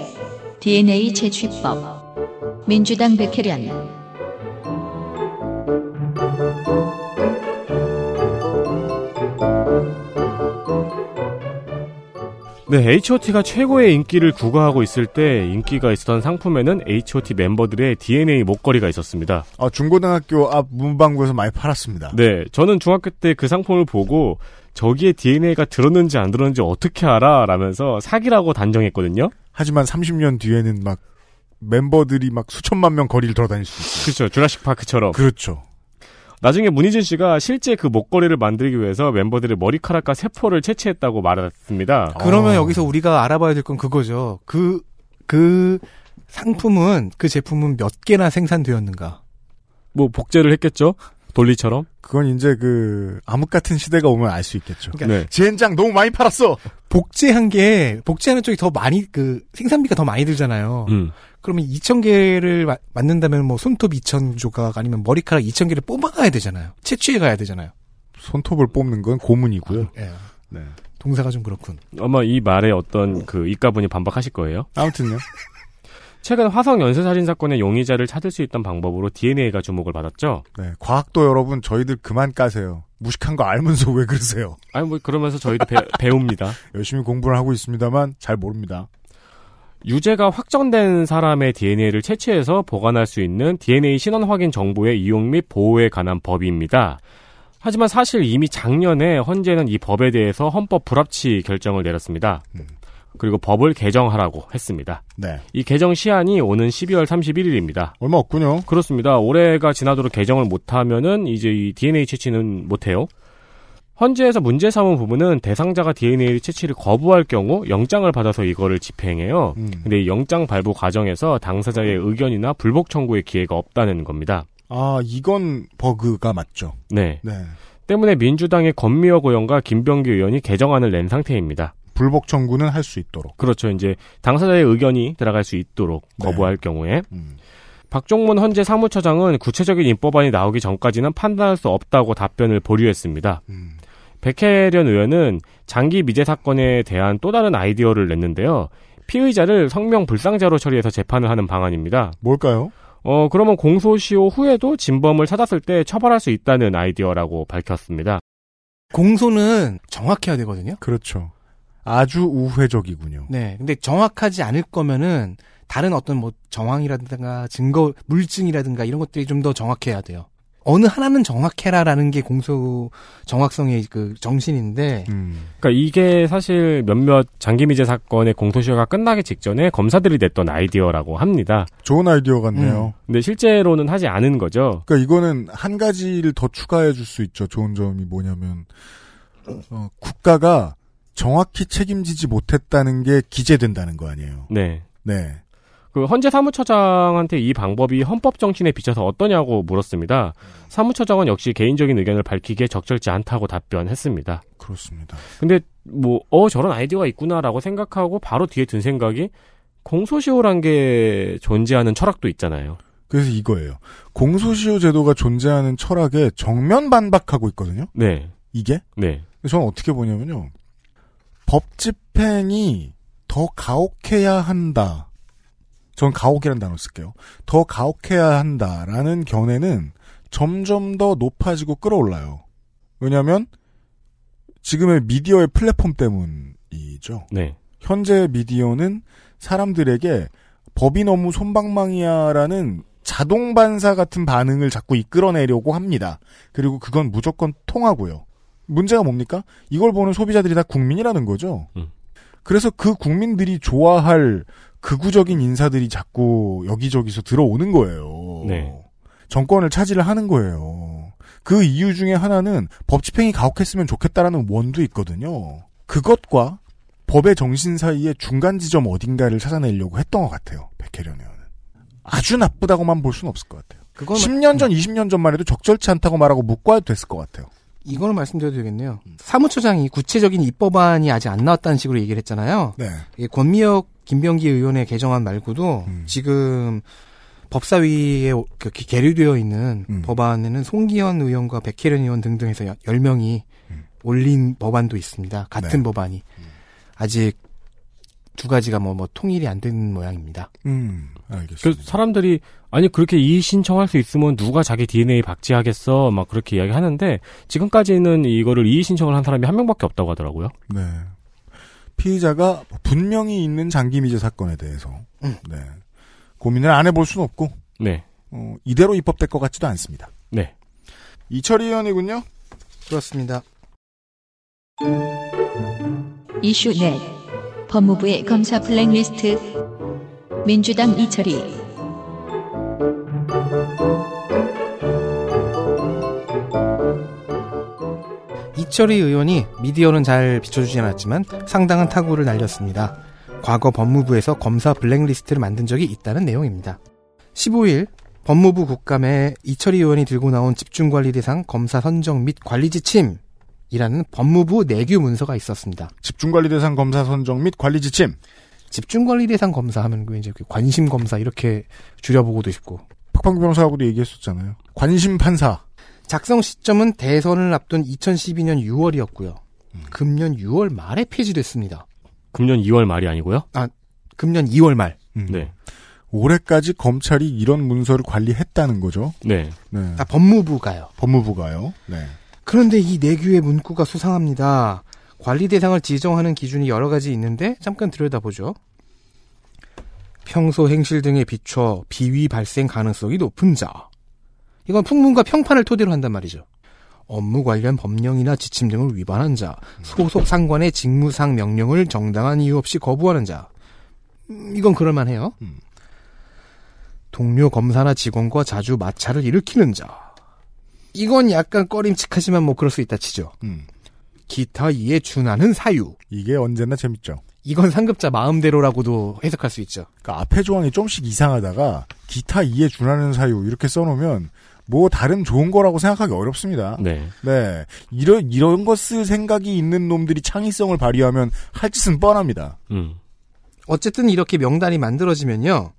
DNA 채취법 민주당 백혜련
네, H.O.T가 최고의 인기를 구가하고 있을 때 인기가 있었던 상품에는 H.O.T 멤버들의 DNA 목걸이가 있었습니다.
아, 중고등학교 앞 문방구에서 많이 팔았습니다.
네, 저는 중학교 때 그 상품을 보고 저기에 DNA가 들었는지 안 들었는지 어떻게 알아? 라면서 사기라고 단정했거든요.
하지만 30년 뒤에는 막 멤버들이 막 수천만 명 거리를 돌아다닐 수 있어요.
그렇죠. 주라식 파크처럼.
그렇죠.
나중에 문희준 씨가 실제 그 목걸이를 만들기 위해서 멤버들의 머리카락과 세포를 채취했다고 말했습니다.
그러면
아.
여기서 우리가 알아봐야 될 건 그거죠. 그 그 상품은 그 제품은 몇 개나 생산되었는가?
뭐 복제를 했겠죠? 돌리처럼?
그건 이제 그 암흑 같은 시대가 오면 알 수 있겠죠.
네.
젠장 너무 많이 팔았어.
복제한 게 복제하는 쪽이 더 많이 그 생산비가 더 많이 들잖아요.
음.
그러면 2,000개를 만든다면 뭐 손톱 2,000 조각 아니면 머리카락 2,000개를 뽑아가야 되잖아요. 채취해 가야 되잖아요.
손톱을 뽑는 건 고문이고요.
예.
네.
동사가 좀 그렇군.
아마 이 말에 어떤 그 입가분이 반박하실 거예요.
아무튼요.
최근 화성 연쇄살인 사건의 용의자를 찾을 수 있던 방법으로 DNA가 주목을 받았죠.
네. 과학도 여러분 저희들 그만 까세요. 무식한 거 알면서 왜 그러세요?
아니 뭐 그러면서 저희도 배, 배웁니다.
열심히 공부를 하고 있습니다만 잘 모릅니다.
유죄가 확정된 사람의 DNA를 채취해서 보관할 수 있는 DNA 신원 확인 정보의 이용 및 보호에 관한 법입니다. 하지만 사실 이미 작년에 헌재는 이 법에 대해서 헌법 불합치 결정을 내렸습니다. 그리고 법을 개정하라고 했습니다.
네.
이 개정 시한이 오는 12월 31일입니다.
얼마 없군요.
그렇습니다. 올해가 지나도록 개정을 못하면은 이제 이 DNA 채취는 못해요. 헌재에서 문제 삼은 부분은 대상자가 DNA 채취를 거부할 경우 영장을 받아서 이거를 집행해요.
음.
근데 이 영장 발부 과정에서 당사자의 의견이나 불복 청구의 기회가 없다는 겁니다.
아, 이건 버그가 맞죠.
네.
네.
때문에 민주당의 권미혁 의원과 김병규 의원이 개정안을 낸 상태입니다.
불복 청구는 할 수 있도록.
그렇죠. 이제 당사자의 의견이 들어갈 수 있도록
네.
거부할 경우에
음.
박종문 헌재 사무처장은 구체적인 입법안이 나오기 전까지는 판단할 수 없다고 답변을 보류했습니다.
음.
백혜련 의원은 장기 미제 사건에 대한 또 다른 아이디어를 냈는데요. 피의자를 성명 불상자로 처리해서 재판을 하는 방안입니다.
뭘까요?
어, 그러면 공소시효 후에도 진범을 찾았을 때 처벌할 수 있다는 아이디어라고 밝혔습니다.
공소는 정확해야 되거든요.
그렇죠. 아주 우회적이군요.
네. 근데 정확하지 않을 거면은 다른 어떤 뭐 정황이라든가 증거 물증이라든가 이런 것들이 좀 더 정확해야 돼요. 어느 하나는 정확해라라는 게 공소 정확성의 그 정신인데
음.
그러니까 이게 사실 몇몇 장기 미제 사건의 공소시효가 끝나기 직전에 검사들이 냈던 아이디어라고 합니다.
좋은 아이디어 같네요.
음.
근데 실제로는 하지 않은 거죠.
그러니까 이거는 한 가지를 더 추가해 줄 수 있죠. 좋은 점이 뭐냐면 어, 국가가 정확히 책임지지 못했다는 게 기재된다는 거 아니에요.
네.
네.
그 헌재 사무처장한테 이 방법이 헌법 정신에 비춰서 어떠냐고 물었습니다. 사무처장은 역시 개인적인 의견을 밝히기에 적절치 않다고 답변했습니다.
그렇습니다.
근데 뭐 어 저런 아이디어가 있구나라고 생각하고 바로 뒤에 든 생각이 공소시효란 게 존재하는 철학도 있잖아요.
그래서 이거예요. 공소시효 제도가 존재하는 철학에 정면 반박하고 있거든요.
네.
이게
네.
저는 어떻게 보냐면요. 법 집행이 더 가혹해야 한다. 전 가혹이라는 단어 쓸게요. 더 가혹해야 한다라는 견해는 점점 더 높아지고 끌어올라요. 왜냐하면 지금의 미디어의 플랫폼 때문이죠.
네.
현재 미디어는 사람들에게 법이 너무 솜방망이야라는 자동 반사 같은 반응을 자꾸 이끌어내려고 합니다. 그리고 그건 무조건 통하고요. 문제가 뭡니까? 이걸 보는 소비자들이 다 국민이라는 거죠.
음.
그래서 그 국민들이 좋아할 극우적인 인사들이 자꾸 여기저기서 들어오는 거예요.
네.
정권을 차지를 하는 거예요. 그 이유 중에 하나는 법 집행이 가혹했으면 좋겠다라는 원도 있거든요. 그것과 법의 정신 사이의 중간 지점 어딘가를 찾아내려고 했던 것 같아요. 백혜련 의원은. 아주 나쁘다고만 볼 수는 없을 것 같아요.
그건
10년 전, 20년 전만 해도 적절치 않다고 말하고 묵과해도 됐을 것 같아요.
이거는 말씀드려도 되겠네요. 사무처장이 구체적인 입법안이 아직 안 나왔다는 식으로 얘기를 했잖아요.
네.
이게 권미혁 김병기 의원의 개정안 말고도
음. 지금
지금 법사위에 오- 그- 그 계류되어 있는
음.
법안에는 송기현 의원과 백혜련 의원 등등 해서 10명이
음.
올린 법안도 있습니다. 같은
네.
법안이. 아직 두 가지가 뭐, 뭐 통일이 안 된 모양입니다.
음,
그
알겠습니다.
사람들이 아니 그렇게 이의 신청할 수 있으면 누가 자기 DNA 박제하겠어 막 그렇게 이야기하는데 지금까지는 이거를 이의 신청을 한 사람이 한 명밖에 없다고 하더라고요.
네. 피의자가 분명히 있는 장기미제 사건에 대해서
음.
네. 고민을 안 해볼 수는 없고
네.
어, 이대로 입법될 것 같지도 않습니다.
네.
이철희 의원이군요.
그렇습니다.
이슈 넷 법무부의 검사 블랙리스트 민주당 이철이
이철희 의원이 미디어는 잘 비춰주지 않았지만 상당한 타구를 날렸습니다. 과거 법무부에서 검사 블랙리스트를 만든 적이 있다는 내용입니다. 15일 법무부 국감에 이철희 의원이 들고 나온 집중관리 대상 검사 선정 및 관리 지침이라는 법무부 내규 문서가 있었습니다.
집중관리 대상 검사 선정 및 관리 지침.
집중관리 대상 검사 하면 그 이제 그 관심 검사 이렇게 줄여보고도 싶고
박판규 변호사하고도 얘기했었잖아요. 관심 판사.
작성 시점은 대선을 앞둔 2012년 6월이었고요. 금년 6월 말에 폐지됐습니다.
금년 2월 말이 아니고요.
금년 2월 말.
음.
네.
올해까지 검찰이 이런 문서를 관리했다는 거죠.
네.
네.
아, 법무부가요.
법무부가요. 네.
그런데 이네 내규의 문구가 수상합니다. 관리 대상을 지정하는 기준이 여러 가지 있는데 잠깐 들여다보죠. 평소 행실 등에 비춰 비위 발생 가능성이 높은 자. 이건 풍문과 평판을 토대로 한단 말이죠. 업무 관련 법령이나 지침 등을 위반한 자, 소속 상관의 직무상 명령을 정당한 이유 없이 거부하는 자. 음, 이건 그럴만해요.
음.
동료 검사나 직원과 자주 마찰을 일으키는 자. 이건 약간 꺼림칙하지만 뭐 그럴 수 있다 치죠.
음.
기타 이에 준하는 사유.
이게 언제나 재밌죠.
이건 상급자 마음대로라고도 해석할 수 있죠.
그러니까 앞에 조항이 좀씩 이상하다가 기타 이에 준하는 사유 이렇게 써놓으면 뭐 다른 좋은 거라고 생각하기 어렵습니다.
네.
네. 이런, 이런 거 쓸 생각이 있는 놈들이 창의성을 발휘하면 할 짓은 뻔합니다.
음.
어쨌든 이렇게 명단이 만들어지면요.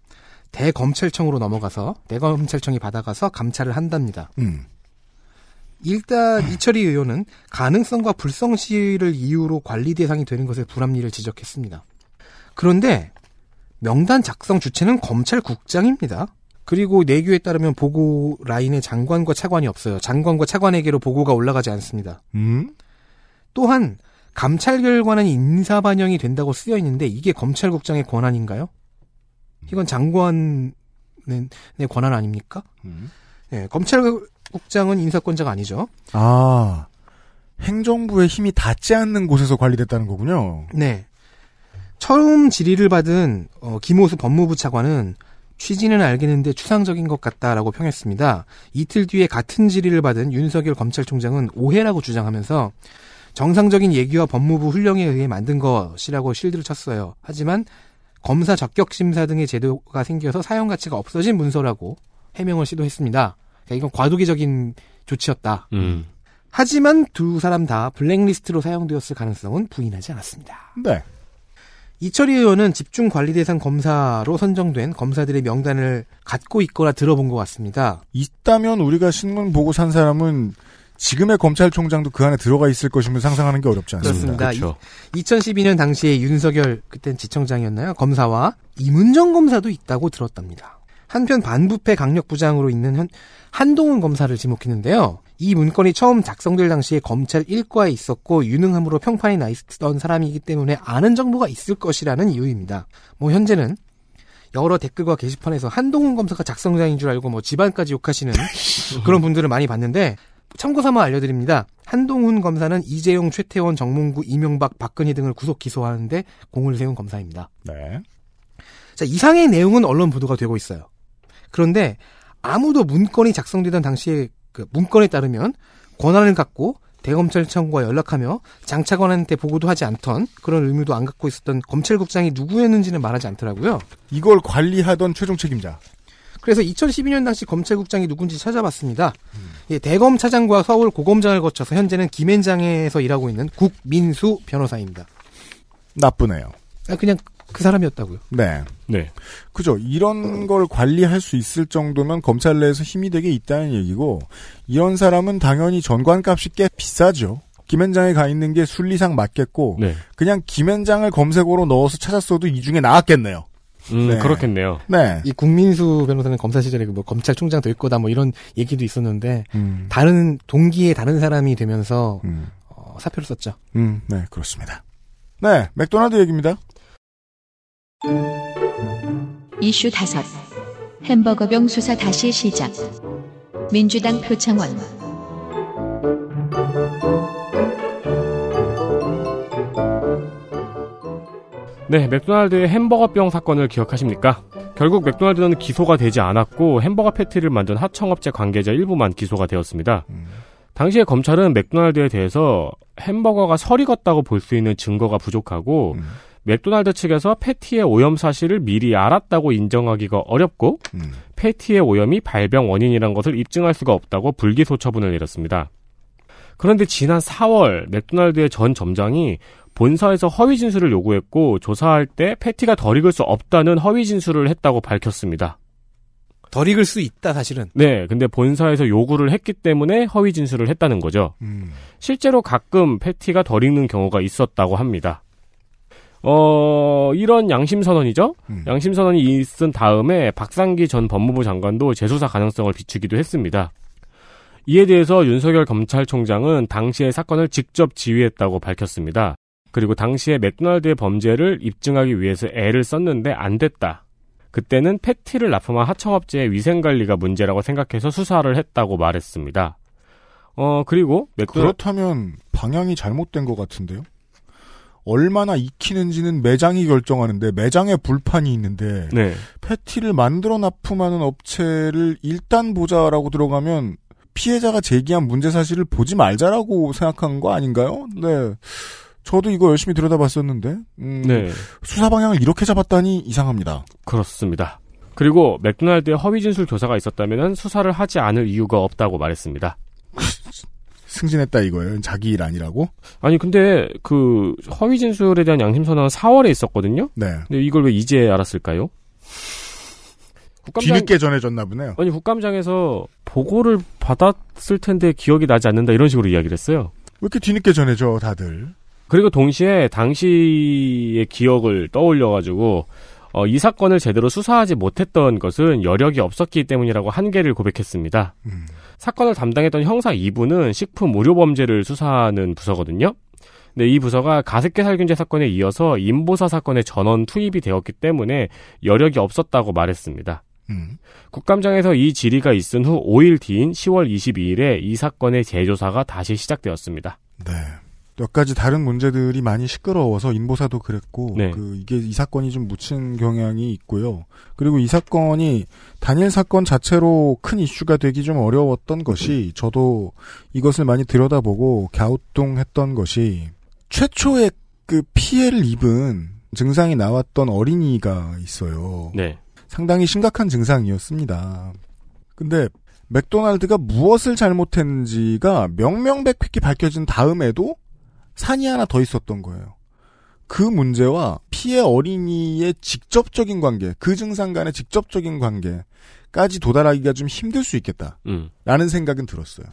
대검찰청으로 넘어가서 대검찰청이 받아가서 감찰을 한답니다.
음.
일단 이철희 의원은 가능성과 불성실을 이유로 관리 대상이 되는 것의 불합리를 지적했습니다. 그런데 명단 작성 주체는 검찰국장입니다. 그리고 내규에 따르면 보고 라인에 장관과 차관이 없어요. 장관과 차관에게로 보고가 올라가지 않습니다.
음?
또한 감찰 결과는 인사 반영이 된다고 쓰여 있는데 이게 검찰국장의 권한인가요? 이건 장관의 권한 아닙니까?
음.
예, 검찰국장은 인사권자가 아니죠.
아. 행정부의 힘이 닿지 않는 곳에서 관리됐다는 거군요.
네. 처음 질의를 받은 어, 김호수 법무부 차관은 취지는 알겠는데 추상적인 것 같다라고 평했습니다. 이틀 뒤에 같은 질의를 받은 윤석열 검찰총장은 오해라고 주장하면서 정상적인 예기와 법무부 훈령에 의해 만든 것이라고 실드를 쳤어요. 하지만 검사 적격 심사 등의 제도가 생겨서 사용 가치가 없어진 문서라고 해명을 시도했습니다. 그러니까 이건 과도기적인 조치였다.
음.
하지만 두 사람 다 블랙리스트로 사용되었을 가능성은 부인하지 않았습니다.
네.
이철희 의원은 집중 관리 대상 검사로 선정된 검사들의 명단을 갖고 있거나 들어본 것 같습니다.
있다면 우리가 신문 보고 산 사람은 지금의 검찰총장도 그 안에 들어가 있을 것임을 상상하는 게 어렵지 않습니다.
그렇습니다.
그렇죠.
2012년 당시에 윤석열 그땐 지청장이었나요? 검사와 이문정 검사도 있다고 들었답니다. 한편 반부패 강력부장으로 있는 현- 한동훈 검사를 지목했는데요. 이 문건이 처음 작성될 당시에 검찰 1과에 있었고 유능함으로 평판이 나 있던 사람이기 때문에 아는 정보가 있을 것이라는 이유입니다. 뭐 현재는 여러 댓글과 게시판에서 한동훈 검사가 작성자인 줄 알고 뭐 집안까지 욕하시는 그런 분들을 많이 봤는데 참고삼아 알려드립니다. 한동훈 검사는 이재용, 최태원, 정몽구, 이명박, 박근혜 등을 구속 기소하는데 공을 세운 검사입니다.
네.
자, 이상의 내용은 언론 보도가 되고 있어요. 그런데 아무도 문건이 작성되던 당시에 그 문건에 따르면 권한을 갖고 대검찰청과 연락하며 장차관한테 보고도 하지 않던 그런 의무도 안 갖고 있었던 검찰국장이 누구였는지는 말하지 않더라고요.
이걸 관리하던 최종 책임자.
그래서 2012년 당시 검찰국장이 누군지 찾아봤습니다. 예, 대검 차장과 서울 고검장을 거쳐서 현재는 김앤장에서 일하고 있는 국민수 변호사입니다.
나쁘네요.
아, 그냥 그 사람이었다고요.
네.
네.
그죠. 이런 걸 관리할 수 있을 정도면 검찰 내에서 힘이 되게 있다는 얘기고, 이런 사람은 당연히 전관값이 꽤 비싸죠. 김현장에 가 있는 게 순리상 맞겠고,
네.
그냥 김현장을 검색어로 넣어서 찾았어도 이 중에 나왔겠네요.
음,
네.
그렇겠네요.
네.
이 국민수 변호사는 검사 시절에 그뭐 검찰총장 될 거다 뭐 이런 얘기도 있었는데
음,
다른 동기의 다른 사람이 되면서
음,
어, 사표를 썼죠.
음, 네, 그렇습니다. 네, 맥도날드 얘기입니다.
이슈 다섯 햄버거병 수사 다시 시작. 민주당 표창원.
네, 맥도날드의 햄버거병 사건을 기억하십니까? 결국 맥도날드는 기소가 되지 않았고 햄버거 패티를 만든 하청업체 관계자 일부만 기소가 되었습니다.
음.
당시에 검찰은 맥도날드에 대해서 햄버거가 설익었다고 볼 수 있는 증거가 부족하고
음.
맥도날드 측에서 패티의 오염 사실을 미리 알았다고 인정하기가 어렵고
음,
패티의 오염이 발병 원인이란 것을 입증할 수가 없다고 불기소 처분을 내렸습니다. 그런데 지난 4월 맥도날드의 전 점장이 본사에서 허위 진술을 요구했고 조사할 때 패티가 덜 익을 수 없다는 허위 진술을 했다고 밝혔습니다.
덜 익을 수 있다 사실은.
네, 근데 본사에서 요구를 했기 때문에 허위 진술을 했다는 거죠.
음.
실제로 가끔 패티가 덜 익는 경우가 있었다고 합니다. 어, 이런 양심 선언이죠?
음.
양심 선언이 있은 다음에 박상기 전 법무부 장관도 재수사 가능성을 비추기도 했습니다. 이에 대해서 윤석열 검찰총장은 당시의 사건을 직접 지휘했다고 밝혔습니다. 그리고 당시에 맥도날드의 범죄를 입증하기 위해서 애를 썼는데 안 됐다. 그때는 패티를 납품한 하청업체의 위생관리가 문제라고 생각해서 수사를 했다고 말했습니다. 어, 그리고 맥도날드.
그렇다면 방향이 잘못된 것 같은데요. 얼마나 익히는지는 매장이 결정하는데 매장에 불판이 있는데
네.
패티를 만들어 납품하는 업체를 일단 보자라고 들어가면 피해자가 제기한 문제 사실을 보지 말자라고 생각한 거 아닌가요? 네. 저도 이거 열심히 들여다봤었는데 음,
네.
수사 방향을 이렇게 잡았다니 이상합니다.
그렇습니다. 그리고 맥도날드의 허위 진술 조사가 있었다면 수사를 하지 않을 이유가 없다고 말했습니다.
승진했다 이거예요. 자기 일 아니라고?
아니 근데 그 허위 진술에 대한 양심 선언은 4월에 있었거든요.
네.
근데 이걸 왜 이제 알았을까요? 국감장
뒤늦게 전해졌나 보네요.
아니 국감장에서 보고를 받았을 텐데 기억이 나지 않는다 이런 식으로 이야기를 했어요.
왜 이렇게 뒤늦게 전해져 다들?
그리고 동시에 당시의 기억을 떠올려가지고 어, 이 사건을 제대로 수사하지 못했던 것은 여력이 없었기 때문이라고 한계를 고백했습니다.
음.
사건을 담당했던 형사 2부는 식품 의료 범죄를 수사하는 부서거든요. 근데 이 부서가 가습기 살균제 사건에 이어서 임보사 사건에 전원 투입이 되었기 때문에 여력이 없었다고 말했습니다.
음.
국감장에서 이 질의가 있은 후 5일 뒤인 10월 22일에 이 사건의 재조사가 다시 시작되었습니다.
네. 몇 가지 다른 문제들이 많이 시끄러워서 인보사도 그랬고
네.
그 이게 이 사건이 좀 묻힌 경향이 있고요. 그리고 이 사건이 단일 사건 자체로 큰 이슈가 되기 좀 어려웠던 것이 저도 이것을 많이 들여다보고 갸우뚱했던 것이 최초의 그 피해를 입은 증상이 나왔던 어린이가 있어요.
네.
상당히 심각한 증상이었습니다. 근데 맥도날드가 무엇을 잘못했는지가 명명백백히 밝혀진 다음에도 산이 하나 더 있었던 거예요. 그 문제와 피해 어린이의 직접적인 관계, 그 증상 간의 직접적인 관계까지 도달하기가 좀 힘들 수 있겠다라는
음.
생각은 들었어요.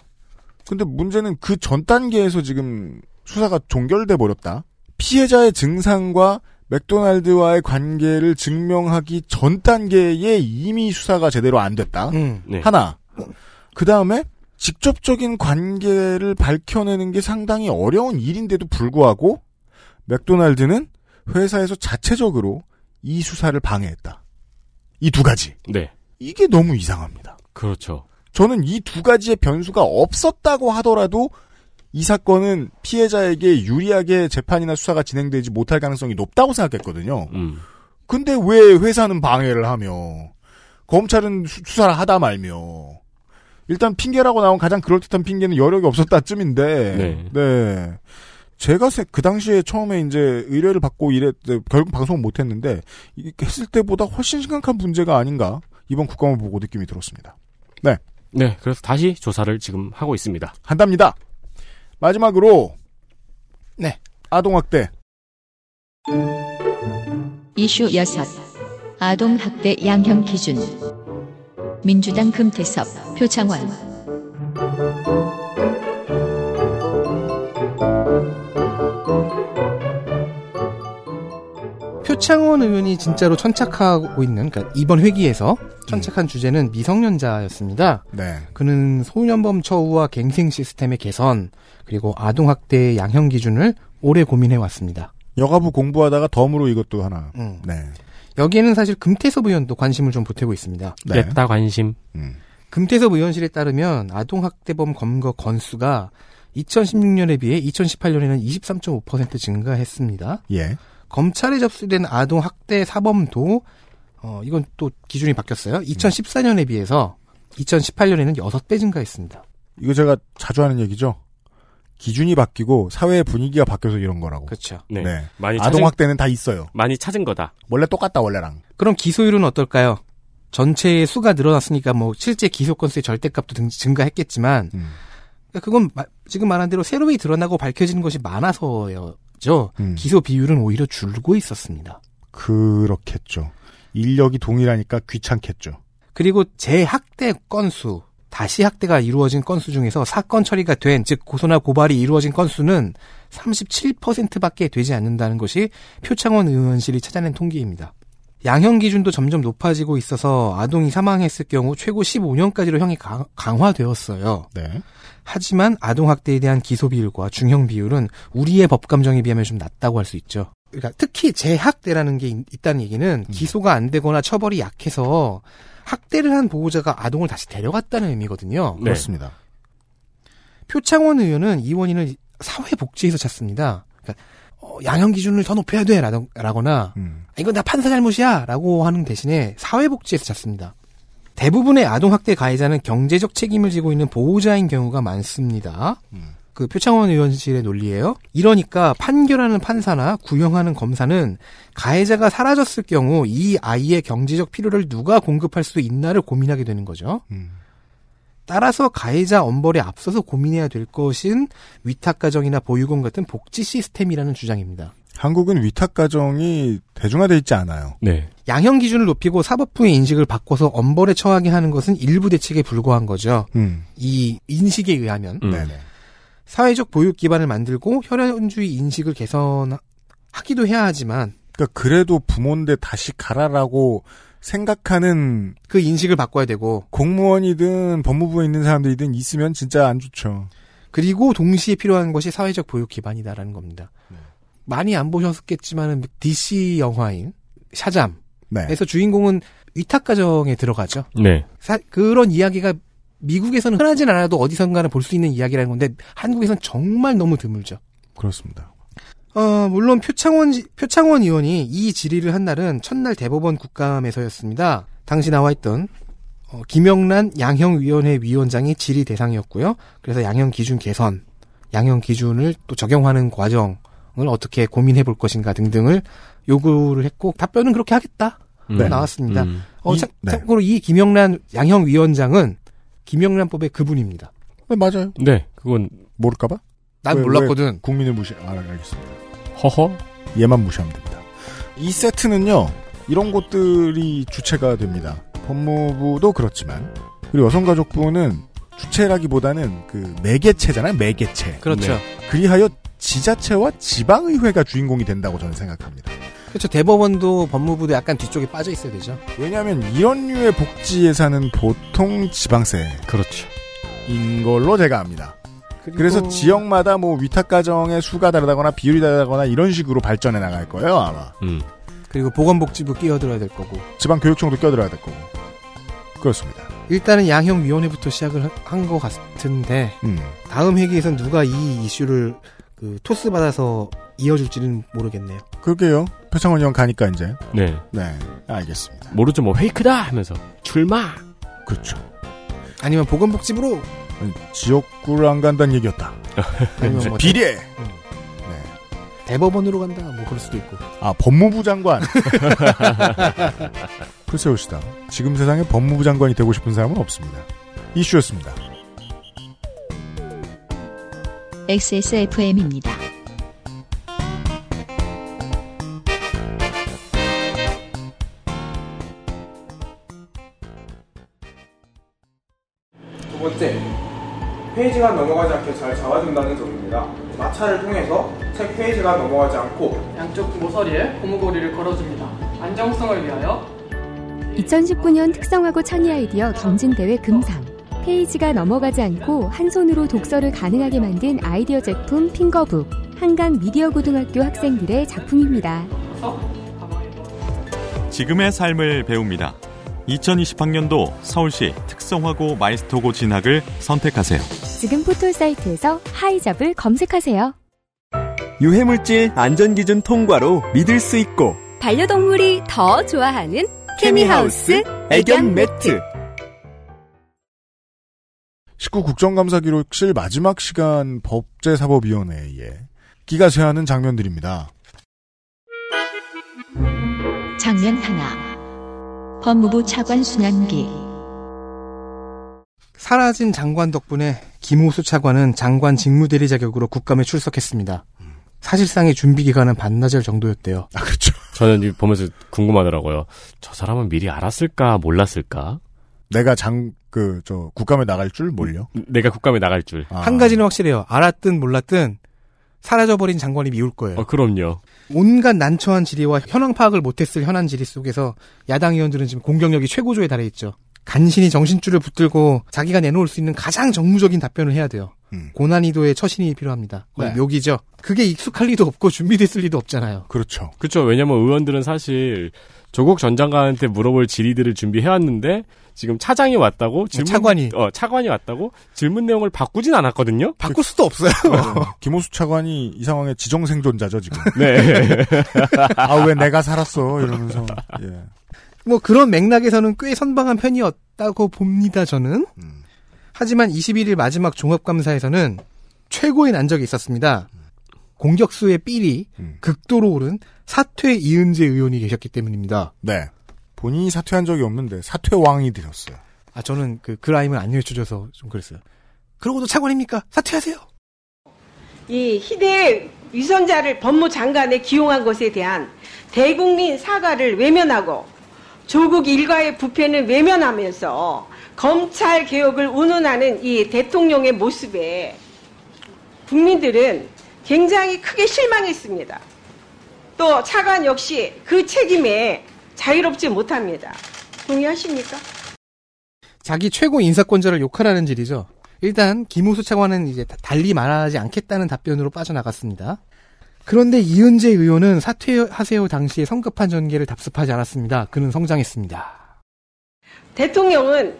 근데 문제는 그 전 단계에서 지금 수사가 종결돼 버렸다. 피해자의 증상과 맥도날드와의 관계를 증명하기 전 단계에 이미 수사가 제대로 안 됐다.
음.
네.
하나. 그 다음에 직접적인 관계를 밝혀내는 게 상당히 어려운 일인데도 불구하고 맥도날드는 회사에서 자체적으로 이 수사를 방해했다. 이 두 가지.
네.
이게 너무 이상합니다.
그렇죠.
저는 이 두 가지의 변수가 없었다고 하더라도 이 사건은 피해자에게 유리하게 재판이나 수사가 진행되지 못할 가능성이 높다고 생각했거든요.
음.
근데 왜 회사는 방해를 하며 검찰은 수, 수사를 하다 말며 일단 핑계라고 나온 가장 그럴듯한 핑계는 여력이 없었다쯤인데
네.
네. 제가 세- 그 당시에 처음에 이제 의뢰를 받고 이래 결국 방송 못했는데 이- 했을 때보다 훨씬 심각한 문제가 아닌가 이번 국감을 보고 느낌이 들었습니다.
네. 그래서 다시 조사를 지금 하고 있습니다.
한답니다. 마지막으로 네 아동학대
이슈 6. 아동학대 양형 기준. 민주당 금태섭, 표창원.
표창원 의원이 진짜로 천착하고 있는 그러니까 이번 회기에서 천착한 주제는 미성년자였습니다.
네
그는 소년범 처우와 갱생 시스템의 개선 그리고 아동 학대의 양형 기준을 오래 고민해 왔습니다.
여가부 공부하다가 덤으로 이것도 하나
음.
네,
여기에는 사실 금태섭 의원도 관심을 좀 보태고 있습니다.
네.
뺐다 관심.
음.
금태섭 의원실에 따르면 아동학대범 검거 건수가 2016년에 비해 2018년에는 23.5% 증가했습니다.
예
검찰에 접수된 아동학대 사범도 어, 이건 또 기준이 바뀌었어요. 2014년에 비해서 2018년에는 6배 증가했습니다.
이거 제가 자주 하는 얘기죠. 기준이 바뀌고 사회의 분위기가 바뀌어서 이런 거라고.
그렇죠.
네.
네.
많이 찾은,
아동학대는 다 있어요.
많이 찾은 거다.
원래 똑같다 원래랑.
그럼 기소율은 어떨까요? 전체의 수가 늘어났으니까 뭐 실제 기소 건수의 절대값도 등- 증가했겠지만
음.
그러니까 그건 마- 지금 말한 대로 새로이 드러나고 밝혀지는 것이 많아서죠.
음.
기소 비율은 오히려 줄고 있었습니다.
그렇겠죠. 인력이 동일하니까 귀찮겠죠.
그리고 재학대 건수, 다시 학대가 이루어진 건수 중에서 사건 처리가 된, 즉 고소나 고발이 이루어진 건수는 37%밖에 되지 않는다는 것이 표창원 의원실이 찾아낸 통계입니다. 양형 기준도 점점 높아지고 있어서 아동이 사망했을 경우 최고 15년까지로 형이 강- 강화되었어요.
네.
하지만 아동학대에 대한 기소 비율과 중형 비율은 우리의 법감정에 비하면 좀 낮다고 할 수 있죠. 그러니까 특히 재학대라는 게 있- 있다는 얘기는 기소가 안 되거나 처벌이 약해서 학대를 한 보호자가 아동을 다시 데려갔다는 의미거든요.
네.
그렇습니다.
표창원 의원은 이 원인을 사회복지에서 찾습니다. 그러니까 어, 양형 기준을 더 높여야 돼 라던- 라거나
음.
이건 다 판사 잘못이야 라고 하는 대신에 사회복지에서 찾습니다. 대부분의 아동학대 가해자는 경제적 책임을 지고 있는 보호자인 경우가 많습니다. 그 표창원 의원실의 논리예요. 이러니까 판결하는 판사나 구형하는 검사는 가해자가 사라졌을 경우 이 아이의 경제적 필요를 누가 공급할 수 있나를 고민하게 되는 거죠.
음.
따라서 가해자 엄벌에 앞서서 고민해야 될 것인 위탁가정이나 보육원 같은 복지 시스템이라는 주장입니다.
한국은 위탁 가정이 대중화돼 있지 않아요.
네.
양형 기준을 높이고 사법부의 인식을 바꿔서 엄벌에 처하게 하는 것은 일부 대책에 불과한 거죠.
음.
이 인식에 의하면
음.
네네.
사회적 보육 기반을 만들고 혈연주의 인식을 개선하기도 해야 하지만
그러니까 그래도 부모인데 다시 가라라고 생각하는
그 인식을 바꿔야 되고
공무원이든 법무부에 있는 사람들이든 있으면 진짜 안 좋죠.
그리고 동시에 필요한 것이 사회적 보육 기반이다라는 겁니다. 많이 안 보셨겠지만은 DC 영화인 샤잠에서
네.
주인공은 위탁 가정에 들어가죠.
네.
사- 그런 이야기가 미국에서는 흔하진 않아도 어디선가는 볼 수 있는 이야기라는 건데 한국에선 정말 너무 드물죠.
그렇습니다.
어, 물론 표창원 지- 표창원 의원이 이 질의를 한 날은 첫날 대법원 국감에서였습니다. 당시 나와 있던 어, 김영란 양형위원회 위원장이 질의 대상이었고요. 그래서 양형 기준 개선, 양형 기준을 또 적용하는 과정을 어떻게 고민해 볼 것인가 등등을 요구를 했고 답변은 그렇게 하겠다
음.
나왔습니다.
음.
어,
이-
참,
네.
참고로 이 김영란 양형위원장은 김영란법의 그분입니다.
네, 맞아요.
네. 그건
모를까봐?
난
왜,
몰랐거든.
국민을 무시, 아, 알겠습니다.
허허.
얘만 무시하면 됩니다. 이 세트는요, 이런 곳들이 주체가 됩니다. 법무부도 그렇지만, 그리고 여성가족부는 주체라기보다는 그 매개체잖아요, 매개체. 네.
그렇죠.
네.
그리하여 지자체와 지방의회가 주인공이 된다고 저는 생각합니다.
그렇죠. 대법원도 법무부도 약간 뒤쪽에 빠져 있어야 되죠.
왜냐하면 이런 류의 복지 예산은 보통 지방세인
그렇죠.
걸로 제가 압니다. 그래서 지역마다 뭐 위탁가정의 수가 다르다거나 비율이 다르다거나 이런 식으로 발전해 나갈 거예요, 아마.
음.
그리고 보건복지부 끼어들어야 될 거고.
지방교육청도 껴들어야 될 거고. 그렇습니다.
일단은 양형위원회부터 시작을 한 것 같은데
음.
다음 회기에선 누가 이 이슈를 그 토스 받아서 이어줄지는 모르겠네요.
그러게요. 표창원 형 가니까 이제.
네.
네. 알겠습니다.
모르죠. 뭐 페이크다 하면서 출마.
그렇죠.
아니면 보건복지부로
아니, 지역구를 안 간다는 얘기였다.
아니면 뭐
비례!
음.
네.
대법원으로 간다 뭐 그럴 수도 있고.
아, 법무부 장관. 글쎄 요시다. 지금 세상에 법무부 장관이 되고 싶은 사람은 없습니다. 이슈였습니다.
XSFM입니다.
두 번째, 페이지가 넘어가지 않게 잘 잡아준다는 점입니다. 마찰을 통해서 책 페이지가 넘어가지 않고
양쪽 모서리에 고무고리를 걸어줍니다. 안정성을 위하여
2019년 특성화고 창의 아이디어 경진대회 금상. 페이지가 넘어가지 않고 한 손으로 독서를 가능하게 만든 아이디어 제품 핑거북. 한강 미디어 고등학교 학생들의 작품입니다.
지금의 삶을 배웁니다. 2020학년도 서울시 특성화고 마이스터고 진학을 선택하세요.
지금 포털 사이트에서 하이잡을 검색하세요.
유해물질 안전기준 통과로 믿을 수 있고
반려동물이 더 좋아하는 케미하우스
애견 매트
19 국정감사 기록실 마지막 시간 법제사법위원회에 기가 쇠하는 장면들입니다.
장면 하나. 법무부 차관 순환기.
사라진 장관 덕분에 김호수 차관은 장관 직무대리 자격으로 국감에 출석했습니다. 사실상의 준비 기간은 반나절 정도였대요.
아, 그렇죠.
저는 이 보면서 궁금하더라고요. 저 사람은 미리 알았을까 몰랐을까?
내가 장, 그, 저, 국감에 나갈 줄 몰려.
내가 국감에 나갈 줄.
아,
한 가지는 확실해요. 알았든 몰랐든 사라져버린 장관이 미울 거예요.
어, 그럼요.
온갖 난처한 질의와 현황 파악을 못했을 현안 질의 속에서 야당 의원들은 지금 공격력이 최고조에 달해 있죠. 간신히 정신줄을 붙들고 자기가 내놓을 수 있는 가장 정무적인 답변을 해야 돼요.
음.
고난이도의 처신이 필요합니다. 거의
네.
묘기죠. 그게 익숙할 리도 없고 준비됐을 리도 없잖아요.
그렇죠.
그렇죠. 왜냐면 의원들은 사실 조국 전 장관한테 물어볼 질의들을 준비해왔는데 지금 차장이 왔다고 질문
차관이.
어 차관이 왔다고 질문 내용을 바꾸진 않았거든요. 그-
바꿀 수도 없어요.
김호수 차관이 이 상황에 지정생존자죠, 지금.
네.
아, 왜 내가 살았어? 이러면서. 예.
뭐 그런 맥락에서는 꽤 선방한 편이었다고 봅니다, 저는. 하지만 21일 마지막 종합감사에서는 최고의 난적이 있었습니다. 공격수의 삘이 극도로 오른 사퇴 이은재 의원이 계셨기 때문입니다.
네. 본인이 사퇴한 적이 없는데 사퇴왕이 되셨어요.
아, 저는 그 그라임을 안 읽어줘서 좀 그랬어요. 그러고도 차관입니까? 사퇴하세요!
이 희대의 위선자를 법무 장관에 기용한 것에 대한 대국민 사과를 외면하고 조국 일가의 부패는 외면하면서 검찰 개혁을 운운하는 이 대통령의 모습에 국민들은 굉장히 크게 실망했습니다. 또 차관 역시 그 책임에 자유롭지 못합니다. 동의하십니까?
자기 최고 인사권자를 욕하라는 질이죠. 일단 김우수 차관은 이제 다- 달리 말하지 않겠다는 답변으로 빠져나갔습니다. 그런데 이은재 의원은 사퇴하세요 당시의 성급한 전개를 답습하지 않았습니다. 그는 성장했습니다.
대통령은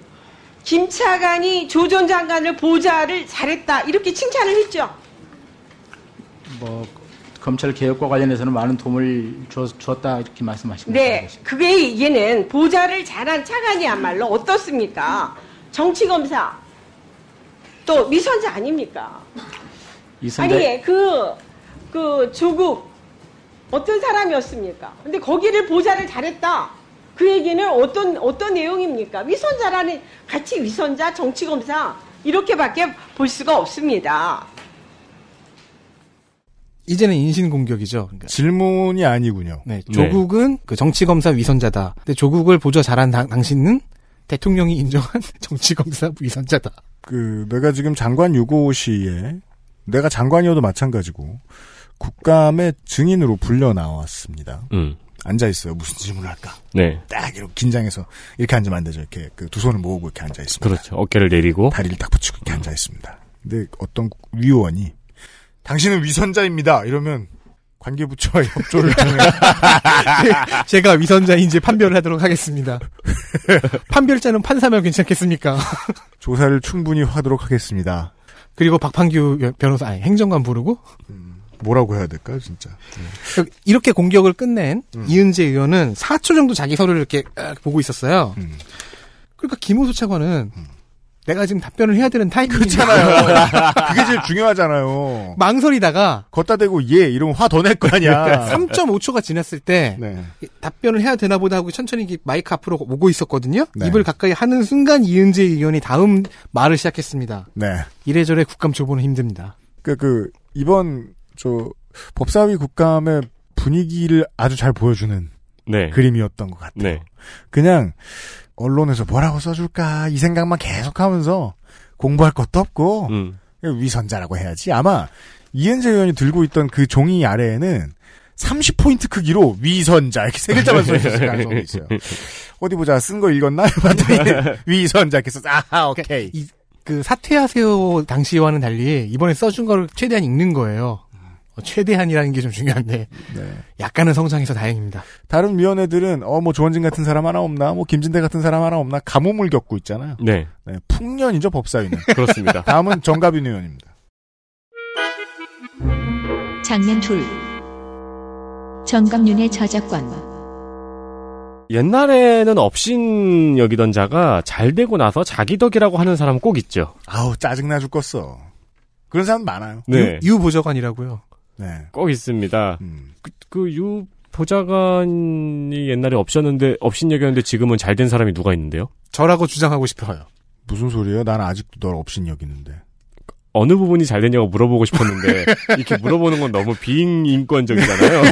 김 차관이 조 전 장관을 보좌를 잘했다 이렇게 칭찬을 했죠.
뭐 검찰 개혁과 관련해서는 많은 도움을 주- 주었다 이렇게 말씀하신 거죠.
네, 그게 얘는 보좌를 잘한 차관이야말로 어떻습니까? 정치검사 또 미선자 아닙니까?
이선재
아니 예. 그그 조국 어떤 사람이었습니까? 근데 거기를 보좌를 잘했다. 그 얘기는 어떤 어떤 내용입니까? 위선자라는 같이 위선자 정치검사 이렇게밖에 볼 수가 없습니다.
이제는 인신공격이죠. 그러니까.
질문이 아니군요.
네, 조국은 그 정치검사 위선자다. 근데 조국을 보좌 잘한 당, 당신은 대통령이 인정한 정치검사 위선자다.
그 내가 지금 장관 유고 시에 내가 장관이어도 마찬가지고 국감의 증인으로 불려 나왔습니다.
음.
앉아 있어요. 무슨 질문을 할까?
네.
딱 이렇게 긴장해서 이렇게 앉으면 안 되죠. 이렇게 그 두 손을 모으고 이렇게 앉아 있습니다.
그렇죠. 어깨를 내리고
다리를 딱 붙이고 이렇게 앉아 있습니다. 근데 어떤 위원이 당신은 위선자입니다. 이러면 관계부처와 협조를 통해
제가 위선자인지 판별을 하도록 하겠습니다. 판별자는 판사면 괜찮겠습니까?
조사를 충분히 하도록 하겠습니다.
그리고 박판규 변호사, 아니, 행정관 부르고?
뭐라고 해야 될까요, 진짜?
그 이렇게 공격을 끝낸
음.
이은재 의원은 4초 정도 자기 서류를 이렇게 딱 보고 있었어요.
음.
그러니까 김호수 차관은 내가 지금 답변을 해야 되는 타이밍이
그렇잖아요. 그게 제일 중요하잖아요.
망설이다가
걷다 대고 예 이러면 화 더 낼 거
그러니까
아니야.
3.5초가 지났을 때
네.
답변을 해야 되나 보다 하고 천천히 이렇게 마이크 앞으로 오고 있었거든요.
네.
입을 가까이 하는 순간 이은재 의원이 다음 말을 시작했습니다.
네.
이래저래 국감 조보는 힘듭니다.
그, 그, 이번, 저, 법사위 국감의 분위기를 아주 잘 보여주는
네.
그림이었던 것 같아요.
네.
그냥, 언론에서 뭐라고 써줄까, 이 생각만 계속 하면서 공부할 것도 없고,
음.
위선자라고 해야지. 아마, 이은재 의원이 들고 있던 그 종이 아래에는 30포인트 크기로 위선자, 이렇게 세 글자만 써있을 가능성이 있어요. 어디 보자, 쓴 거 읽었나? 봤더니, 위선자, 이렇게 써서, 아하,
그러니까
오케이.
이- 그 사퇴하세요 당시와는 달리 이번에 써준 거를 최대한 읽는 거예요. 어, 최대한이라는 게 좀 중요한데 약간은 성장해서 다행입니다.
다른 위원회들은 어 뭐 조원진 같은 사람 하나 없나 뭐 김진대 같은 사람 하나 없나 가뭄을 겪고 있잖아요.
네.
네, 풍년이죠 법사위는.
그렇습니다.
다음은 정가빈 의원입니다.
장면 둘 정감윤의 저작권
옛날에는 업신 여기던 자가 잘 되고 나서 자기 덕이라고 하는 사람 꼭 있죠.
아우 짜증나 죽겠어. 그런 사람 많아요.
네.
유, 보좌관이라고요.
네. 음,
꼭 있습니다. 그 유 보좌관이 옛날에 없었는데 없신 여기였는데 지금은 잘 된 사람이 누가 있는데요?
저라고 주장하고 싶어요.
무슨 소리예요? 난 아직도 널 없인 여기는데.
어느 부분이 잘 됐냐고 물어보고 싶었는데 이렇게 물어보는 건 너무 비인권적이잖아요.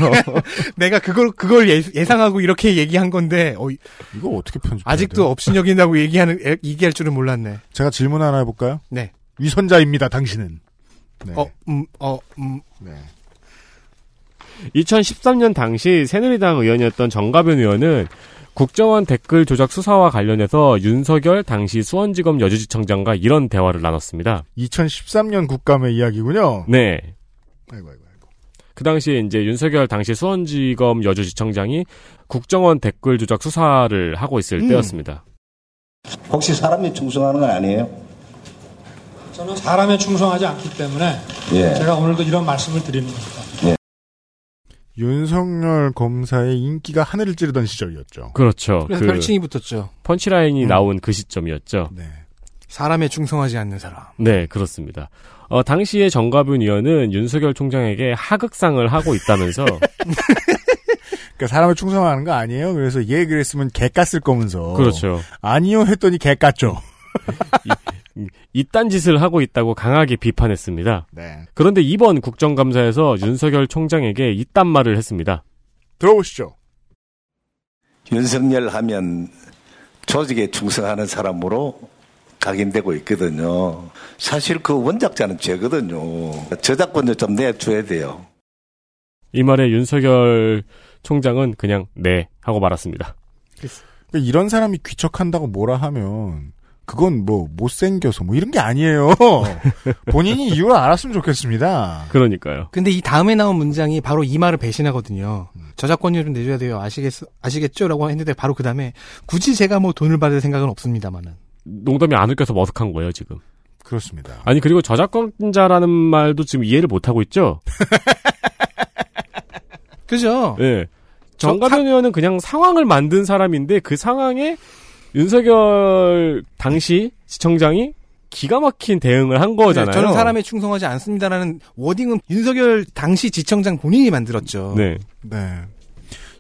내가 그걸 그걸 예, 상하고 이렇게 얘기한 건데 어,
이거 어떻게 편집?
아직도 업신여긴다고 얘기하는 애- 얘기할 줄은 몰랐네.
제가 질문 하나 해볼까요?
네.
위선자입니다. 당신은. 네.
어, 음, 어, 음.
네.
2013년 당시 새누리당 의원이었던 정가변 의원은 국정원 댓글 조작 수사와 관련해서 윤석열 당시 수원지검 여주지청장과 이런 대화를 나눴습니다.
2013년 국감의 이야기군요.
네.
아이고 아이고.
그 당시에 이제 윤석열 당시 수원지검 여주지청장이 국정원 댓글 조작 수사를 하고 있을
음.
때였습니다.
혹시 사람이 충성하는 건 아니에요?
저는 사람에 충성하지 않기 때문에
예.
제가 오늘도 이런 말씀을 드리는 겁니다.
윤석열 검사의 인기가 하늘을 찌르던 시절이었죠.
그렇죠.
그래서 별칭이 붙었죠.
펀치라인이 나온 그 시점이었죠. 네.
사람에 충성하지 않는 사람.
네, 그렇습니다. 어, 당시에 정가빈 의원은 윤석열 총장에게 하극상을 하고 있다면서.
그러니까 사람을 충성하는 거 아니에요? 그래서 얘 그랬으면 개 깠을 거면서.
그렇죠.
아니요 했더니 개 깠죠.
이- 이딴 짓을 하고 있다고 강하게 비판했습니다.
네.
그런데 이번 국정감사에서 윤석열 총장에게 이딴 말을 했습니다.
들어보시죠.
윤석열 하면 조직에 충성하는 사람으로 각인되고 있거든요. 사실 그 원작자는 죄거든요. 저작권을 좀 내줘야 돼요.
이 말에 윤석열 총장은 그냥 네 하고 말았습니다.
그러니까 이런 사람이 귀척한다고 뭐라 하면 그건 뭐 못생겨서 뭐 이런 게 아니에요. 본인이 이유를 알았으면 좋겠습니다.
그러니까요.
근데 이 다음에 나온 문장이 바로 이 말을 배신하거든요.
음.
저작권료 좀 내줘야 돼요. 아시겠, 아시겠죠? 라고 했는데 바로 그 다음에 굳이 제가 뭐 돈을 받을 생각은 없습니다만은.
농담이 안 웃겨서 머쓱한 거예요, 지금.
그렇습니다.
아니, 그리고 저작권자라는 말도 지금 이해를 못하고 있죠?
그죠?
예. 정가변 의원은 그냥 상황을 만든 사람인데 그 상황에 윤석열 당시 시청장이 기가 막힌 대응을 한 거잖아요.
네, 저는 사람에 충성하지 않습니다라는 워딩은 윤석열 당시 지청장 본인이 만들었죠.
네.
네.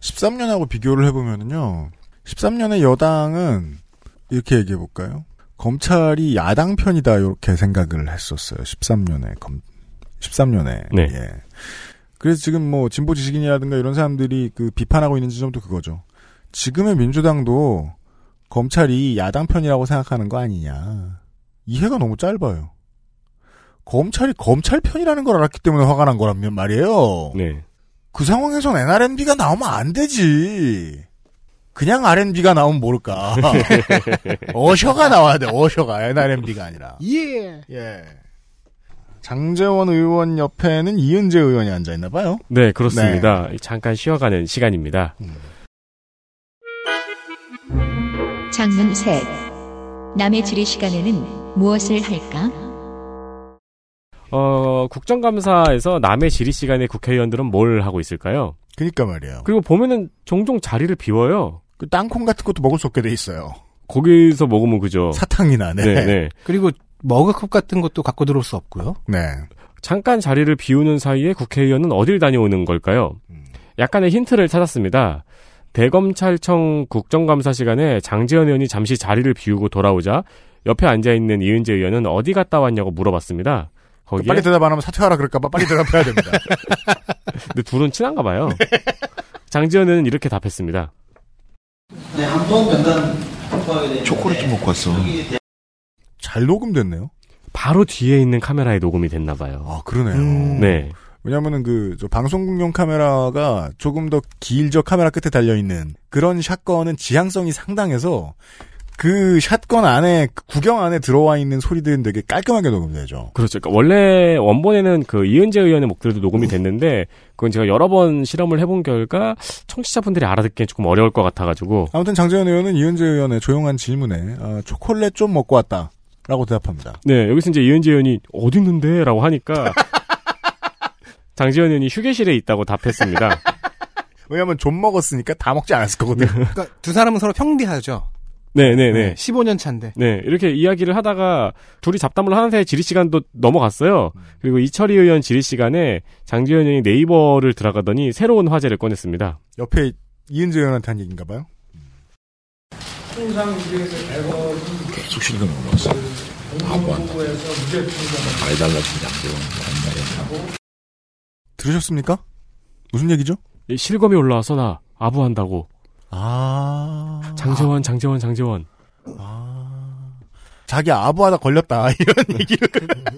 13년하고 비교를 해보면은요. 13년의 여당은 이렇게 얘기해 볼까요? 검찰이 야당 편이다 이렇게 생각을 했었어요. 13년에 검 13년에
네.
예. 그래서 지금 뭐 진보 지식인이라든가 이런 사람들이 그 비판하고 있는 지점도 그거죠. 지금의 민주당도 검찰이 야당 편이라고 생각하는 거 아니냐. 이해가 너무 짧아요. 검찰이 검찰 편이라는 걸 알았기 때문에 화가 난 거라면 말이에요.
네.
그 상황에선 NRNB가 나오면 안 되지. 그냥 R&B가 나오면 모를까. 어셔가 나와야 돼, 어셔가. NRNB가 아니라.
예.
예. 장재원 의원 옆에는 이은재 의원이 앉아있나 봐요.
네, 그렇습니다. 잠깐 쉬어가는 시간입니다.
장문 셋. 남의 지리 시간에는 무엇을 할까?
어, 국정감사에서 남의 질의 시간에 국회의원들은 뭘 하고 있을까요?
그니까 말이에요.
그리고 보면은 종종 자리를 비워요.
그 땅콩 같은 것도 먹을 수 없게 돼 있어요.
거기서 먹으면 그죠.
사탕이나, 네.
어. 네.
그리고 머그컵 같은 것도 갖고 들어올 수 없고요.
네.
잠깐 자리를 비우는 사이에 국회의원은 어딜 다녀오는 걸까요? 약간의 힌트를 찾았습니다. 대검찰청 국정감사 시간에 장재현 의원이 잠시 자리를 비우고 돌아오자 옆에 앉아있는 이은재 의원은 어디 갔다 왔냐고 물어봤습니다. 거기에
빨리 대답 안 하면 사퇴하라 그럴까봐 빨리 대답해야 됩니다.
근데 둘은 친한가 봐요. 장재현 의원은 이렇게 답했습니다.
네, 한번 면담 통과하게 되는데 초콜릿 좀 먹고 왔어.
잘 녹음됐네요.
바로 뒤에 있는 카메라에 녹음이 됐나 봐요. 아,
그러네요.
네.
왜냐면은 그, 저 방송국용 카메라가 조금 더 길죠. 카메라 끝에 달려있는. 그런 샷건은 지향성이 상당해서 그 샷건 안에, 그 구경 안에 들어와 있는 소리들은 되게 깔끔하게 녹음되죠.
그렇죠. 그러니까 원래 원본에는 그 이은재 의원의 목소리도 녹음이 됐는데 그건 제가 여러 번 실험을 해본 결과 청취자분들이 알아듣기엔 조금 어려울 것 같아가지고
아무튼 장재현 의원은 이은재 의원의 조용한 질문에, 아, 초콜릿 좀 먹고 왔다. 라고 대답합니다.
네 여기서 이제 이은재 의원이 어디 있는데라고 하니까 장지현 의원이 휴게실에 있다고 답했습니다.
왜냐면 좀 먹었으니까 다 먹지 않았을 거거든요.
그러니까 두 사람은 서로 평대하죠.
네네네. 네,
15년 차인데.
네, 이렇게 이야기를 하다가 둘이 잡담을 하는 사이 질의 시간도 넘어갔어요. 그리고 이철희 의원 질의 시간에 장지현 의원이 네이버를 들어가더니 새로운 화제를 꺼냈습니다.
옆에 이은재 의원한테 한 얘기인가 봐요.
통상 우리에서 100원
계속 실금 올라왔어.
공공부에서 무죄 통장
많이 달라진 장병은
들으셨습니까? 무슨 얘기죠?
이 실검이 올라와서 나 아부한다고.
아.
장재원, 장재원, 장재원.
자기 아부하다 걸렸다. 이런 얘기를.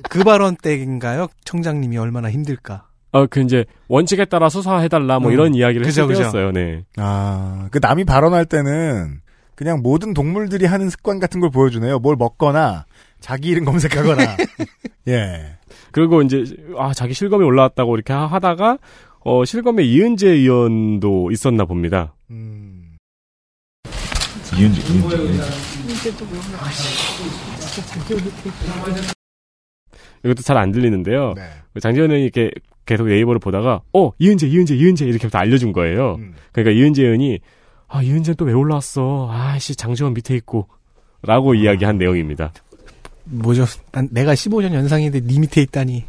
그 발언 때인가요? 청장님이 얼마나 힘들까.
아, 그 이제 원칙에 따라 수사해달라 뭐
음.
이런 이야기를
그죠, 그죠.
했었어요. 네.
아, 그 남이 발언할 때는 그냥 모든 동물들이 하는 습관 같은 걸 보여주네요. 뭘 먹거나 자기 이름 검색하거나. 예.
그리고 이제 아 자기 실검이 올라왔다고 이렇게 하- 하다가 어 실검에 이은재 의원도 있었나 봅니다.
음.
이은재, 이은재.
이게 또 뭐야?
네.
이것도 잘 안 들리는데요. 그 장재현 의원이 이렇게 계속 네이버를 보다가 어 이은재 이은재 이은재 이렇게 다 알려준 거예요.
음.
그러니까 이은재은이 아 이은재 또 왜 올라왔어? 아씨 장지원 밑에
아.
있고라고 이야기한 내용입니다.
뭐죠? 난 내가 15년 연상인데 니 밑에 있다니.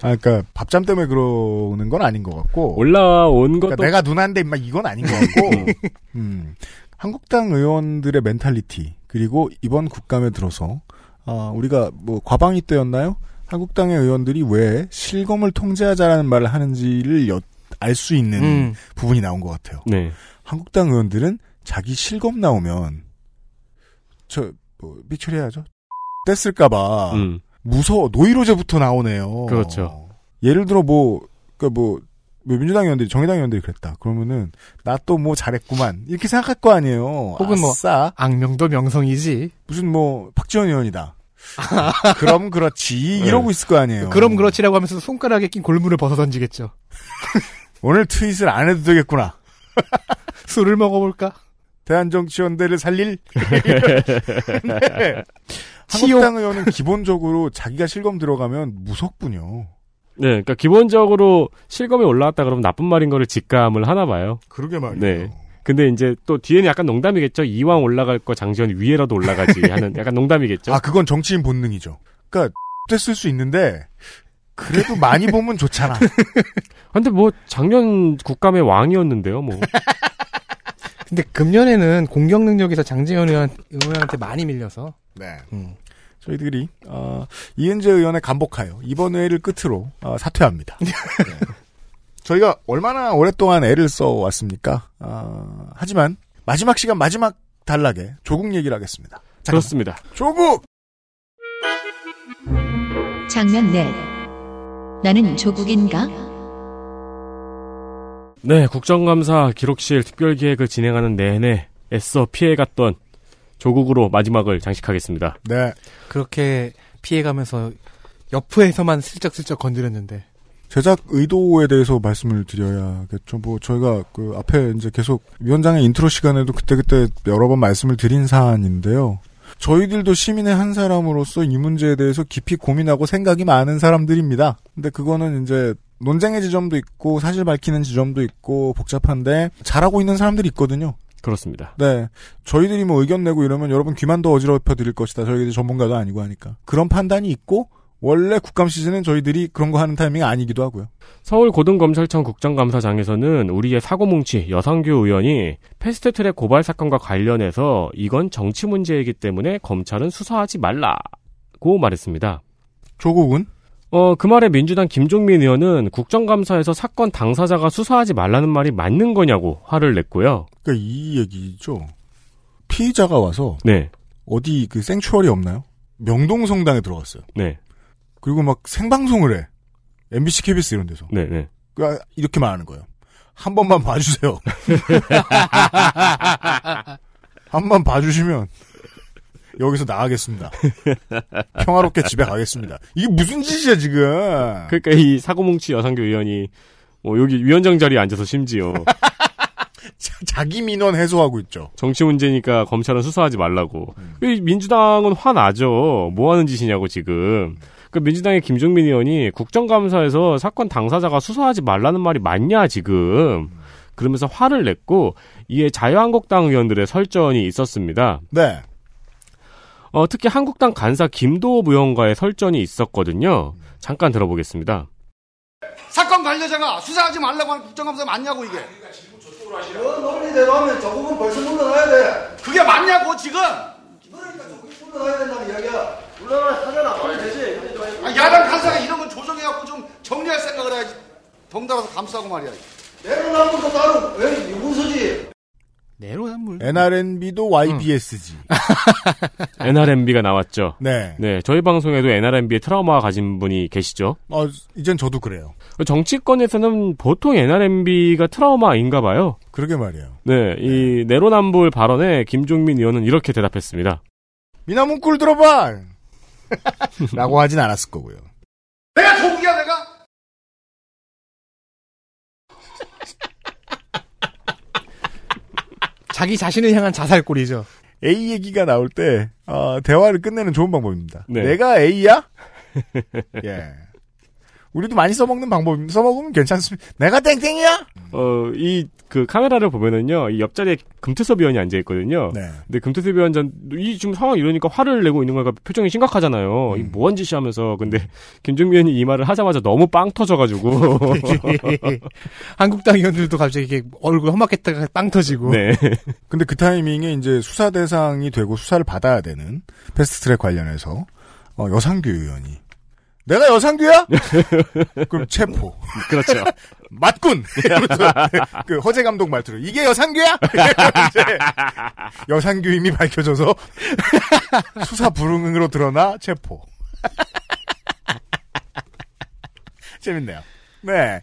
아, 그니까, 밥잠 때문에 그러는 건 아닌 것 같고.
올라온
그러니까
것도
내가 누나인데 임마 이건 아닌 것 같고. 음. 한국당 의원들의 멘탈리티 그리고 이번 국감에 들어서 아, 우리가 뭐 과방위 때였나요? 한국당의 의원들이 왜 실검을 통제하자라는 말을 하는지를 알 수 있는
음.
부분이 나온 것 같아요.
네.
한국당 의원들은 자기 실검 나오면 저뭐 미출해야죠. 뗐을까봐
음.
무서워 노이로제부터 나오네요.
그렇죠.
예를 들어 뭐, 그니까 뭐, 뭐 민주당 의원들이 정의당 의원들이 그랬다. 그러면은 나 또 뭐 잘했구만 이렇게 생각할 거 아니에요.
혹은 뭐
아싸.
악명도 명성이지.
무슨 뭐 박지원 의원이다. 그럼 그렇지 이러고 있을 거 아니에요.
네. 그럼 그렇지라고 하면서 손가락에 낀 골무를 벗어 던지겠죠.
오늘 트윗을 안 해도 되겠구나.
술을 먹어볼까?
대한정치연대를 살릴. 네.
시옥.
한국당 의원은 기본적으로 자기가 실검 들어가면 무섭군요.
네, 그러니까 기본적으로 실검에 올라왔다 그러면 나쁜 말인 거를 직감을 하나 봐요.
그러게 말이에요.
네. 근데 이제 또 뒤에는 약간 농담이겠죠. 이왕 올라갈 거 장지원 위에라도 올라가지 하는 약간 농담이겠죠.
아 그건 정치인 본능이죠. 그러니까 됐을 수 있는데 그래도 많이 보면 좋잖아.
근데 뭐 작년 국감의 왕이었는데요, 뭐.
근데 금년에는 공격 능력에서 장재현 의원, 의원한테 많이 밀려서.
네. 저희들이 어, 이은재 의원의 간복하여 이번 회의를 끝으로 어, 사퇴합니다. 네. 저희가 얼마나 오랫동안 애를 써왔습니까? 아, 하지만 마지막 시간 마지막 단락에 조국 얘기를 하겠습니다.
그렇습니다.
조국!
장면 넷. 나는 조국인가?
네, 국정감사 기록실 특별기획을 진행하는 내내 애써 피해갔던 조국으로 마지막을 장식하겠습니다.
네.
그렇게 피해가면서 옆에서만 슬쩍슬쩍 건드렸는데.
제작 의도에 대해서 말씀을 드려야겠죠. 뭐 저희가 그 앞에 이제 계속 위원장의 인트로 시간에도 그때그때 여러 번 말씀을 드린 사안인데요. 저희들도 시민의 한 사람으로서 이 문제에 대해서 깊이 고민하고 생각이 많은 사람들입니다. 근데 그거는 이제 논쟁의 지점도 있고 사실 밝히는 지점도 있고 복잡한데 잘하고 있는 사람들이 있거든요.
그렇습니다.
네. 저희들이 뭐 의견 내고 이러면 여러분 귀만 더 어지럽혀 드릴 것이다. 저희들이 전문가도 아니고 하니까. 그런 판단이 있고, 원래 국감 시즌은 저희들이 그런 거 하는 타이밍 아니기도 하고요.
서울고등검찰청 국정감사장에서는 우리의 사고뭉치 여상규 의원이 패스트트랙 고발 사건과 관련해서 이건 정치 문제이기 때문에 검찰은 수사하지 말라고 말했습니다.
조국은?
어, 그 말에 민주당 김종민 의원은 국정감사에서 사건 당사자가 수사하지 말라는 말이 맞는 거냐고 화를 냈고요.
그러니까 이 얘기죠. 피의자가 와서
네.
어디 그 생추얼이 없나요? 명동성당에 들어갔어요.
네.
그리고 막 생방송을 해. MBC, KBS 이런 데서.
네, 네.
그러니까 이렇게 말하는 거예요. 한 번만 봐주세요. 한 번 봐주시면 여기서 나가겠습니다. 평화롭게 집에 가겠습니다. 이게 무슨 짓이야 지금?
그러니까 이 사고뭉치 여상규 의원이 뭐 여기 위원장 자리에 앉아서 심지어
자기 민원 해소하고 있죠.
정치 문제니까 검찰은 수사하지 말라고. 그 이 민주당은 화나죠. 뭐 하는 짓이냐고 지금. 그 민주당의 김종민 의원이 국정감사에서 사건 당사자가 수사하지 말라는 말이 맞냐 지금. 그러면서 화를 냈고 이에 자유한국당 의원들의 설전이 있었습니다.
네.
어, 특히 한국당 간사 김도호 의원과의 설전이 있었거든요. 잠깐 들어보겠습니다.
사건 관련자가 수사하지 말라고 하는 국정감사 맞냐고 이게.
그 논리대로 하면 조국은 벌써 물러나야 돼.
네. 그게 맞냐고 지금. 아,
물러나야 된다는 이야기야. 물러나야 하잖아. 그럼 되지.
아, 야당 간사가 이런 건 조정해갖고 좀 정리할 생각을 해야지. 덩달아서 감싸고 말이야.
내로남불도 따로 왜 유분수지.
내로남불.
NRNB도 YBSG.
NRMB가 나왔죠.
네.
저희 방송에도 NRMB의 트라우마 가진 분이 계시죠.
어, 이젠 저도 그래요.
정치권에서는 보통 NRMB가 트라우마인가 봐요.
그러게 말이에요.
네, 이 내로남불 발언에 김종민 의원은 이렇게 대답했습니다.
미나 문구를 들어봐. 라고 하진 않았을 거고요.
내가 조국이야 내가.
자기 자신을 향한 자살골이죠.
A 얘기가 나올 때 어, 대화를 끝내는 좋은 방법입니다.
네.
내가 A야? 예. 우리도 많이 써먹는 방법 써먹으면 괜찮습니다. 내가 땡땡이야?
어, 이, 그, 카메라를 보면은요, 이 옆자리에 금투섭 위원이 앉아있거든요. 근데 금투섭 위원 전, 이 지금 상황 이러니까 화를 내고 있는 거니까 표정이 심각하잖아요. 이 뭐한 짓이 하면서. 근데, 김종민 위원이 이 말을 하자마자 너무 빵 터져가지고. 그렇죠.
한국당 의원들도 갑자기 이렇게 얼굴 험악했다가 빵 터지고.
네.
근데 그 타이밍에 이제 수사 대상이 되고 수사를 받아야 되는 패스트트랙 관련해서 어, 여상규 의원이 내가 여상규야? 그럼 체포.
그렇죠.
맞군.
예.
이러면서 그 허재 감독 말투로 이게 여상규야? 이제 여상규임이 밝혀져서 수사 불응으로 드러나 체포. 재밌네요. 네.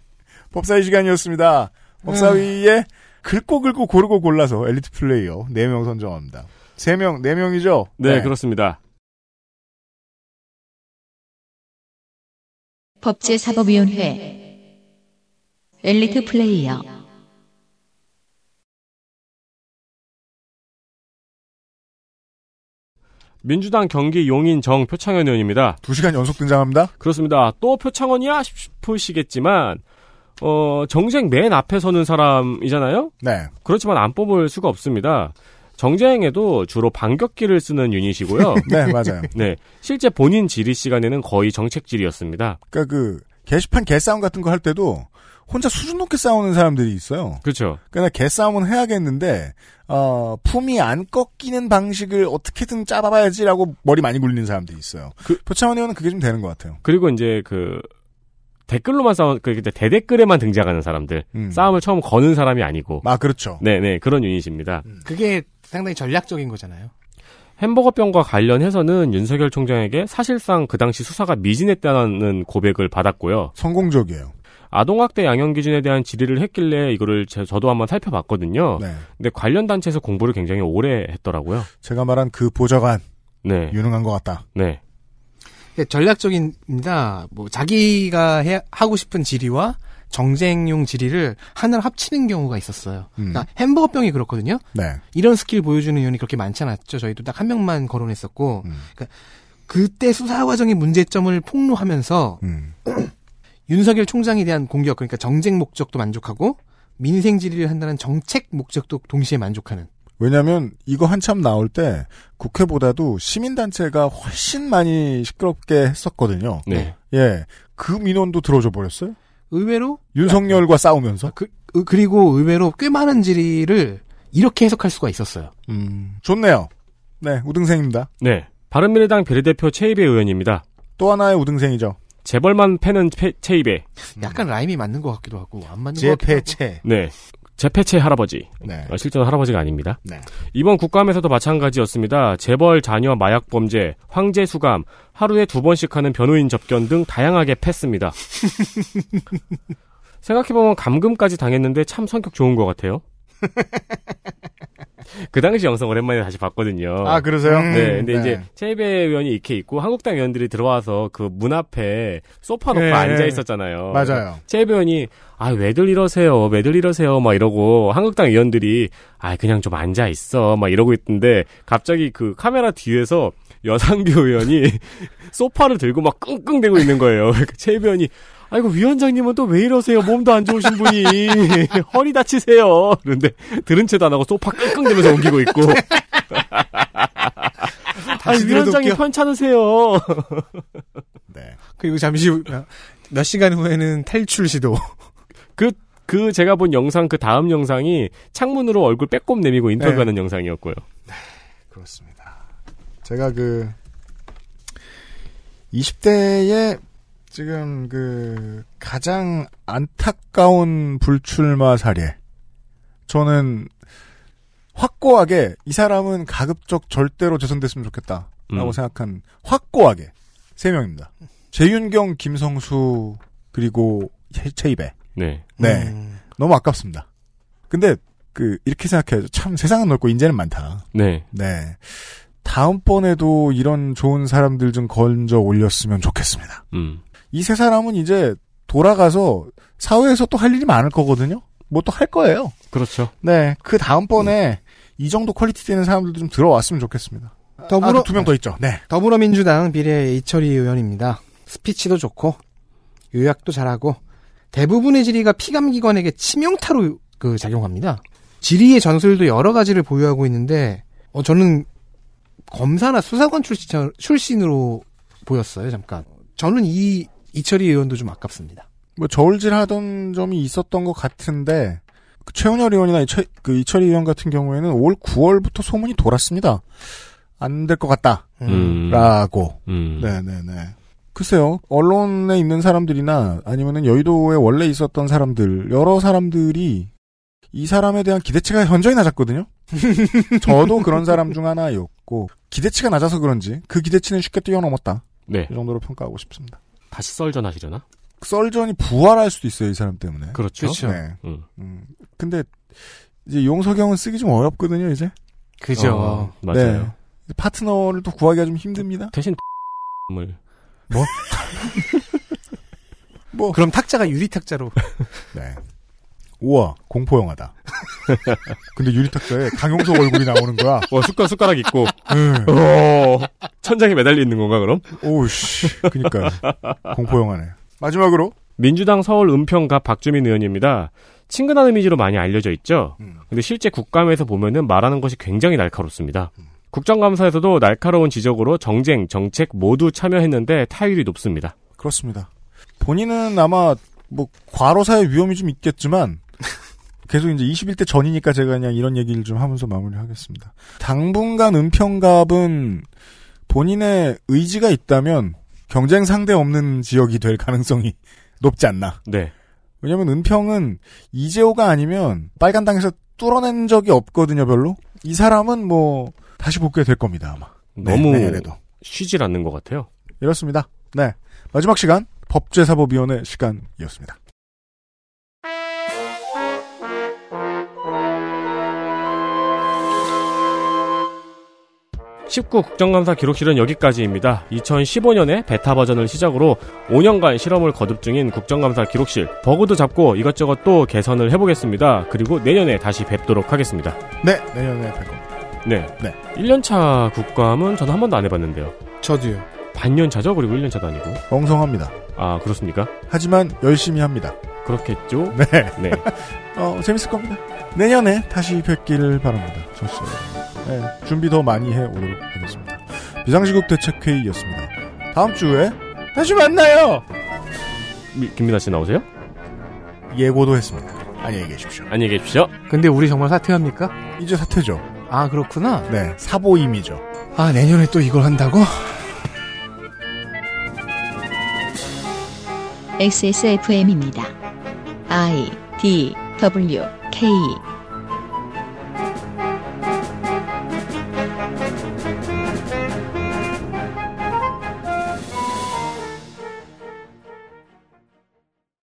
법사위 시간이었습니다.
음.
법사위에 긁고 긁고 고르고 골라서 엘리트 플레이어 4명 선정합니다. 3명, 4명이죠?
네, 그렇습니다.
법제사법위원회 엘리트 플레이어
민주당 경기 용인 정 표창현 의원입니다.
두 시간 연속 등장합니다.
그렇습니다. 또 표창원이야 싶으시겠지만 어, 정쟁 맨 앞에 서는 사람이잖아요.
네.
그렇지만 안 뽑을 수가 없습니다. 정쟁에도 주로 반격기를 쓰는 유닛이고요.
네, 맞아요.
네, 실제 본인 질의 시간에는 거의 정책 질의였습니다.
그러니까 그 게시판 개싸움 같은 거 할 때도 혼자 수준 높게 싸우는 사람들이 있어요.
그렇죠.
그러니까 개싸움은 해야겠는데 어, 품이 안 꺾이는 방식을 어떻게든 짜봐야지라고 머리 많이 굴리는 사람들이 있어요. 표창원 의원은 그게 좀 되는 것 같아요.
그리고 이제 그 댓글로만 싸우 그 이제 대댓글에만 등장하는 사람들 싸움을 처음 음. 거는 사람이 아니고
아 그렇죠.
네네 그런 유닛입니다.
그게 상당히 전략적인 거잖아요.
햄버거병과 관련해서는 윤석열 총장에게 사실상 그 당시 수사가 미진했다는 고백을 받았고요.
성공적이에요.
아동학대 양형 기준에 대한 질의를 했길래 이거를 제- 저도 한번 살펴봤거든요. 근데 관련 단체에서 공부를 굉장히 오래 했더라고요.
네. 제가 말한 그 보좌관
네.
유능한 것 같다.
네.
예, 전략적입니다. 뭐 자기가 해- 하고 싶은 질의와 정쟁용 질의를 하나로 합치는 경우가 있었어요. 그러니까 햄버거병이 그렇거든요.
네.
이런 스킬 보여주는 의원이 그렇게 많지 않았죠. 저희도 딱 한 명만 거론했었고, 그러니까 그때 수사 과정의 문제점을 폭로하면서
음.
윤석열 총장에 대한 공격, 그러니까 정쟁 목적도 만족하고 민생 질의를 한다는 정책 목적도 동시에 만족하는.
왜냐하면 이거 한참 나올 때 국회보다도 시민단체가 훨씬 많이 시끄럽게 했었거든요.
네.
예, 그 민원도 들어줘 버렸어요.
의외로
윤석열과 싸우면서
그, 리고 의외로 꽤 많은 질의를 이렇게 해석할 수가 있었어요.
음, 좋네요. 네, 우등생입니다.
네. 바른미래당 비례대표 최입의 의원입니다.
또 하나의 우등생이죠.
재벌만 패는 패- 최입의.
약간
음.
라임이 맞는 것 같기도 하고 안 맞는 것 같기도 하고.
재패체.
네. 재패체 할아버지.
네.
어, 실제로 할아버지가 아닙니다.
네.
이번 국감에서도 마찬가지였습니다. 재벌, 자녀, 마약 범죄, 황제 수감, 하루에 두 번씩 하는 변호인 접견 등 다양하게 팼습니다. 생각해보면 감금까지 당했는데 참 성격 좋은 것 같아요. 그 당시 영상 오랜만에 다시 봤거든요.
아, 그러세요?
네. 근데
음,
이제
네.
체이베 의원이 이렇게 있고 한국당 의원들이 들어와서 그 문 앞에 소파 놓고
예,
앉아
예.
있었잖아요.
맞아요.
체이베 의원이 아 왜들 이러세요, 왜들 이러세요, 막 이러고 한국당 의원들이 아 그냥 좀 앉아 있어, 막 이러고 있던데 갑자기 그 카메라 뒤에서 여상규 의원이 소파를 들고 막 끙끙대고 있는 거예요. 그러니까 체이베 의원이 아이고 위원장님은 또 왜 이러세요? 몸도 안 좋으신 분이 허리 다치세요. 그런데 들은 채도 안 하고 소파 끙끙대면서 옮기고 있고. 아니
들어도
위원장님
웃겨.
편찮으세요.
그리고 잠시 후- 몇 시간 후에는 탈출 시도.
그, 그 제가 본 영상 그 다음 영상이 창문으로 얼굴 빼꼼 내미고 인터뷰하는 영상이었고요.
제가 그 20대의 지금 그 가장 안타까운 불출마 사례. 저는 확고하게 이 사람은 가급적 절대로 재선됐으면 좋겠다라고
음.
생각한 확고하게 세 명입니다. 재윤경, 김성수 그리고 최이배.
네.
네.
음.
너무 아깝습니다. 근데 그 이렇게 생각해요. 참 세상은 넓고 인재는 많다.
네.
네. 다음번에도 이런 좋은 사람들 좀 건져 올렸으면 좋겠습니다.
음.
이 세 사람은 이제 돌아가서 사회에서 또 할 일이 많을 거거든요. 뭐 또 할 거예요.
그렇죠.
네. 그 다음번에 이 정도 퀄리티 되는 사람들도 좀 들어왔으면 좋겠습니다. 아, 그
더불어-
두 명 더 있죠. 네.
더불어민주당 비례 이철희 의원입니다. 스피치도 좋고 요약도 잘하고 대부분의 지리가 피감기관에게 치명타로 그 작용합니다. 지리의 전술도 여러 가지를 보유하고 있는데 어, 저는 검사나 수사관 출신, 출신으로 보였어요 잠깐. 저는 이 이철희 의원도 좀 아깝습니다.
뭐 저울질 하던 점이 있었던 것 같은데 그 최은열 의원이나 이철, 그 이철희 의원 같은 경우에는 올 9월부터 소문이 돌았습니다. 안 될 것 같다.
음.
라고.
음.
네네네. 글쎄요. 언론에 있는 사람들이나 아니면은 여의도에 원래 있었던 사람들, 여러 사람들이 이 사람에 대한 기대치가 현저히 낮았거든요. 저도 그런 사람 중 하나였고 기대치가 낮아서 그런지 그 기대치는 쉽게 뛰어넘었다.
네.
이 정도로 평가하고 싶습니다.
다시 썰전하시려나?
썰전이 부활할 수도 있어요, 이 사람 때문에.
그렇죠.
네.
음.
근데 이제 용서경은 쓰기 좀 어렵거든요, 이제.
그죠. 어, 맞아요.
네. 파트너를 또 구하기가 좀 힘듭니다.
대신 을
뭐? 뭐
그럼 탁자가 유리 탁자로.
네. 우와, 공포 영화다. 근데 유리탁자에 강용석 얼굴이 나오는 거야. 네.
와, 숟가, 숟가락 있고. 어, 천장에 매달려 있는 건가, 그럼?
오씨. 그니까. 공포영화네. 마지막으로.
민주당 서울 은평갑 박주민 의원입니다. 친근한 이미지로 많이 알려져 있죠?
음.
근데 실제 국감에서 보면은 말하는 것이 굉장히 날카롭습니다.
음.
국정감사에서도 날카로운 지적으로 정쟁, 정책 모두 참여했는데 타율이 높습니다.
그렇습니다. 본인은 아마 뭐 과로사의 위험이 좀 있겠지만 계속 이제 21대 전이니까 제가 그냥 이런 얘기를 좀 하면서 마무리하겠습니다. 당분간 은평갑은 본인의 의지가 있다면 경쟁 상대 없는 지역이 될 가능성이 높지 않나.
네.
왜냐면 은평은 이재호가 아니면 빨간당에서 뚫어낸 적이 없거든요, 별로. 이 사람은 뭐 다시 복귀가 될 겁니다, 아마. 네,
너무
내년에도.
쉬질 않는 것 같아요.
이렇습니다. 네. 마지막 시간 법제사법위원회 시간이었습니다.
19 국정감사 기록실은 여기까지입니다. 2015년에 베타 버전을 시작으로 5년간 실험을 거듭 중인 국정감사 기록실 버그도 잡고 이것저것 또 개선을 해보겠습니다. 그리고 내년에 다시 뵙도록 하겠습니다.
네, 내년에 뵐 겁니다.
네.
네.
1년차 국감은 저는 한 번도 안 해봤는데요.
저도요.
반년차죠? 그리고 1년차도 아니고.
엉성합니다.
아, 그렇습니까?
하지만 열심히 합니다.
그렇겠죠?
네.
네.
어, 재밌을 겁니다. 내년에 다시 뵙기를 바랍니다. 정치 네, 준비 더 많이 해 오도록 하겠습니다. 비상시국 대책회의였습니다. 다음 주에 다시 만나요!
미- 김민아 씨 나오세요?
예고도 했습니다. 안녕히 계십시오.
안녕히 계십시오.
근데 우리 정말 사퇴합니까?
이제 사퇴죠.
아 그렇구나.
네, 사보임이죠.
아 내년에 또 이걸 한다고?
XSFM입니다. I D W K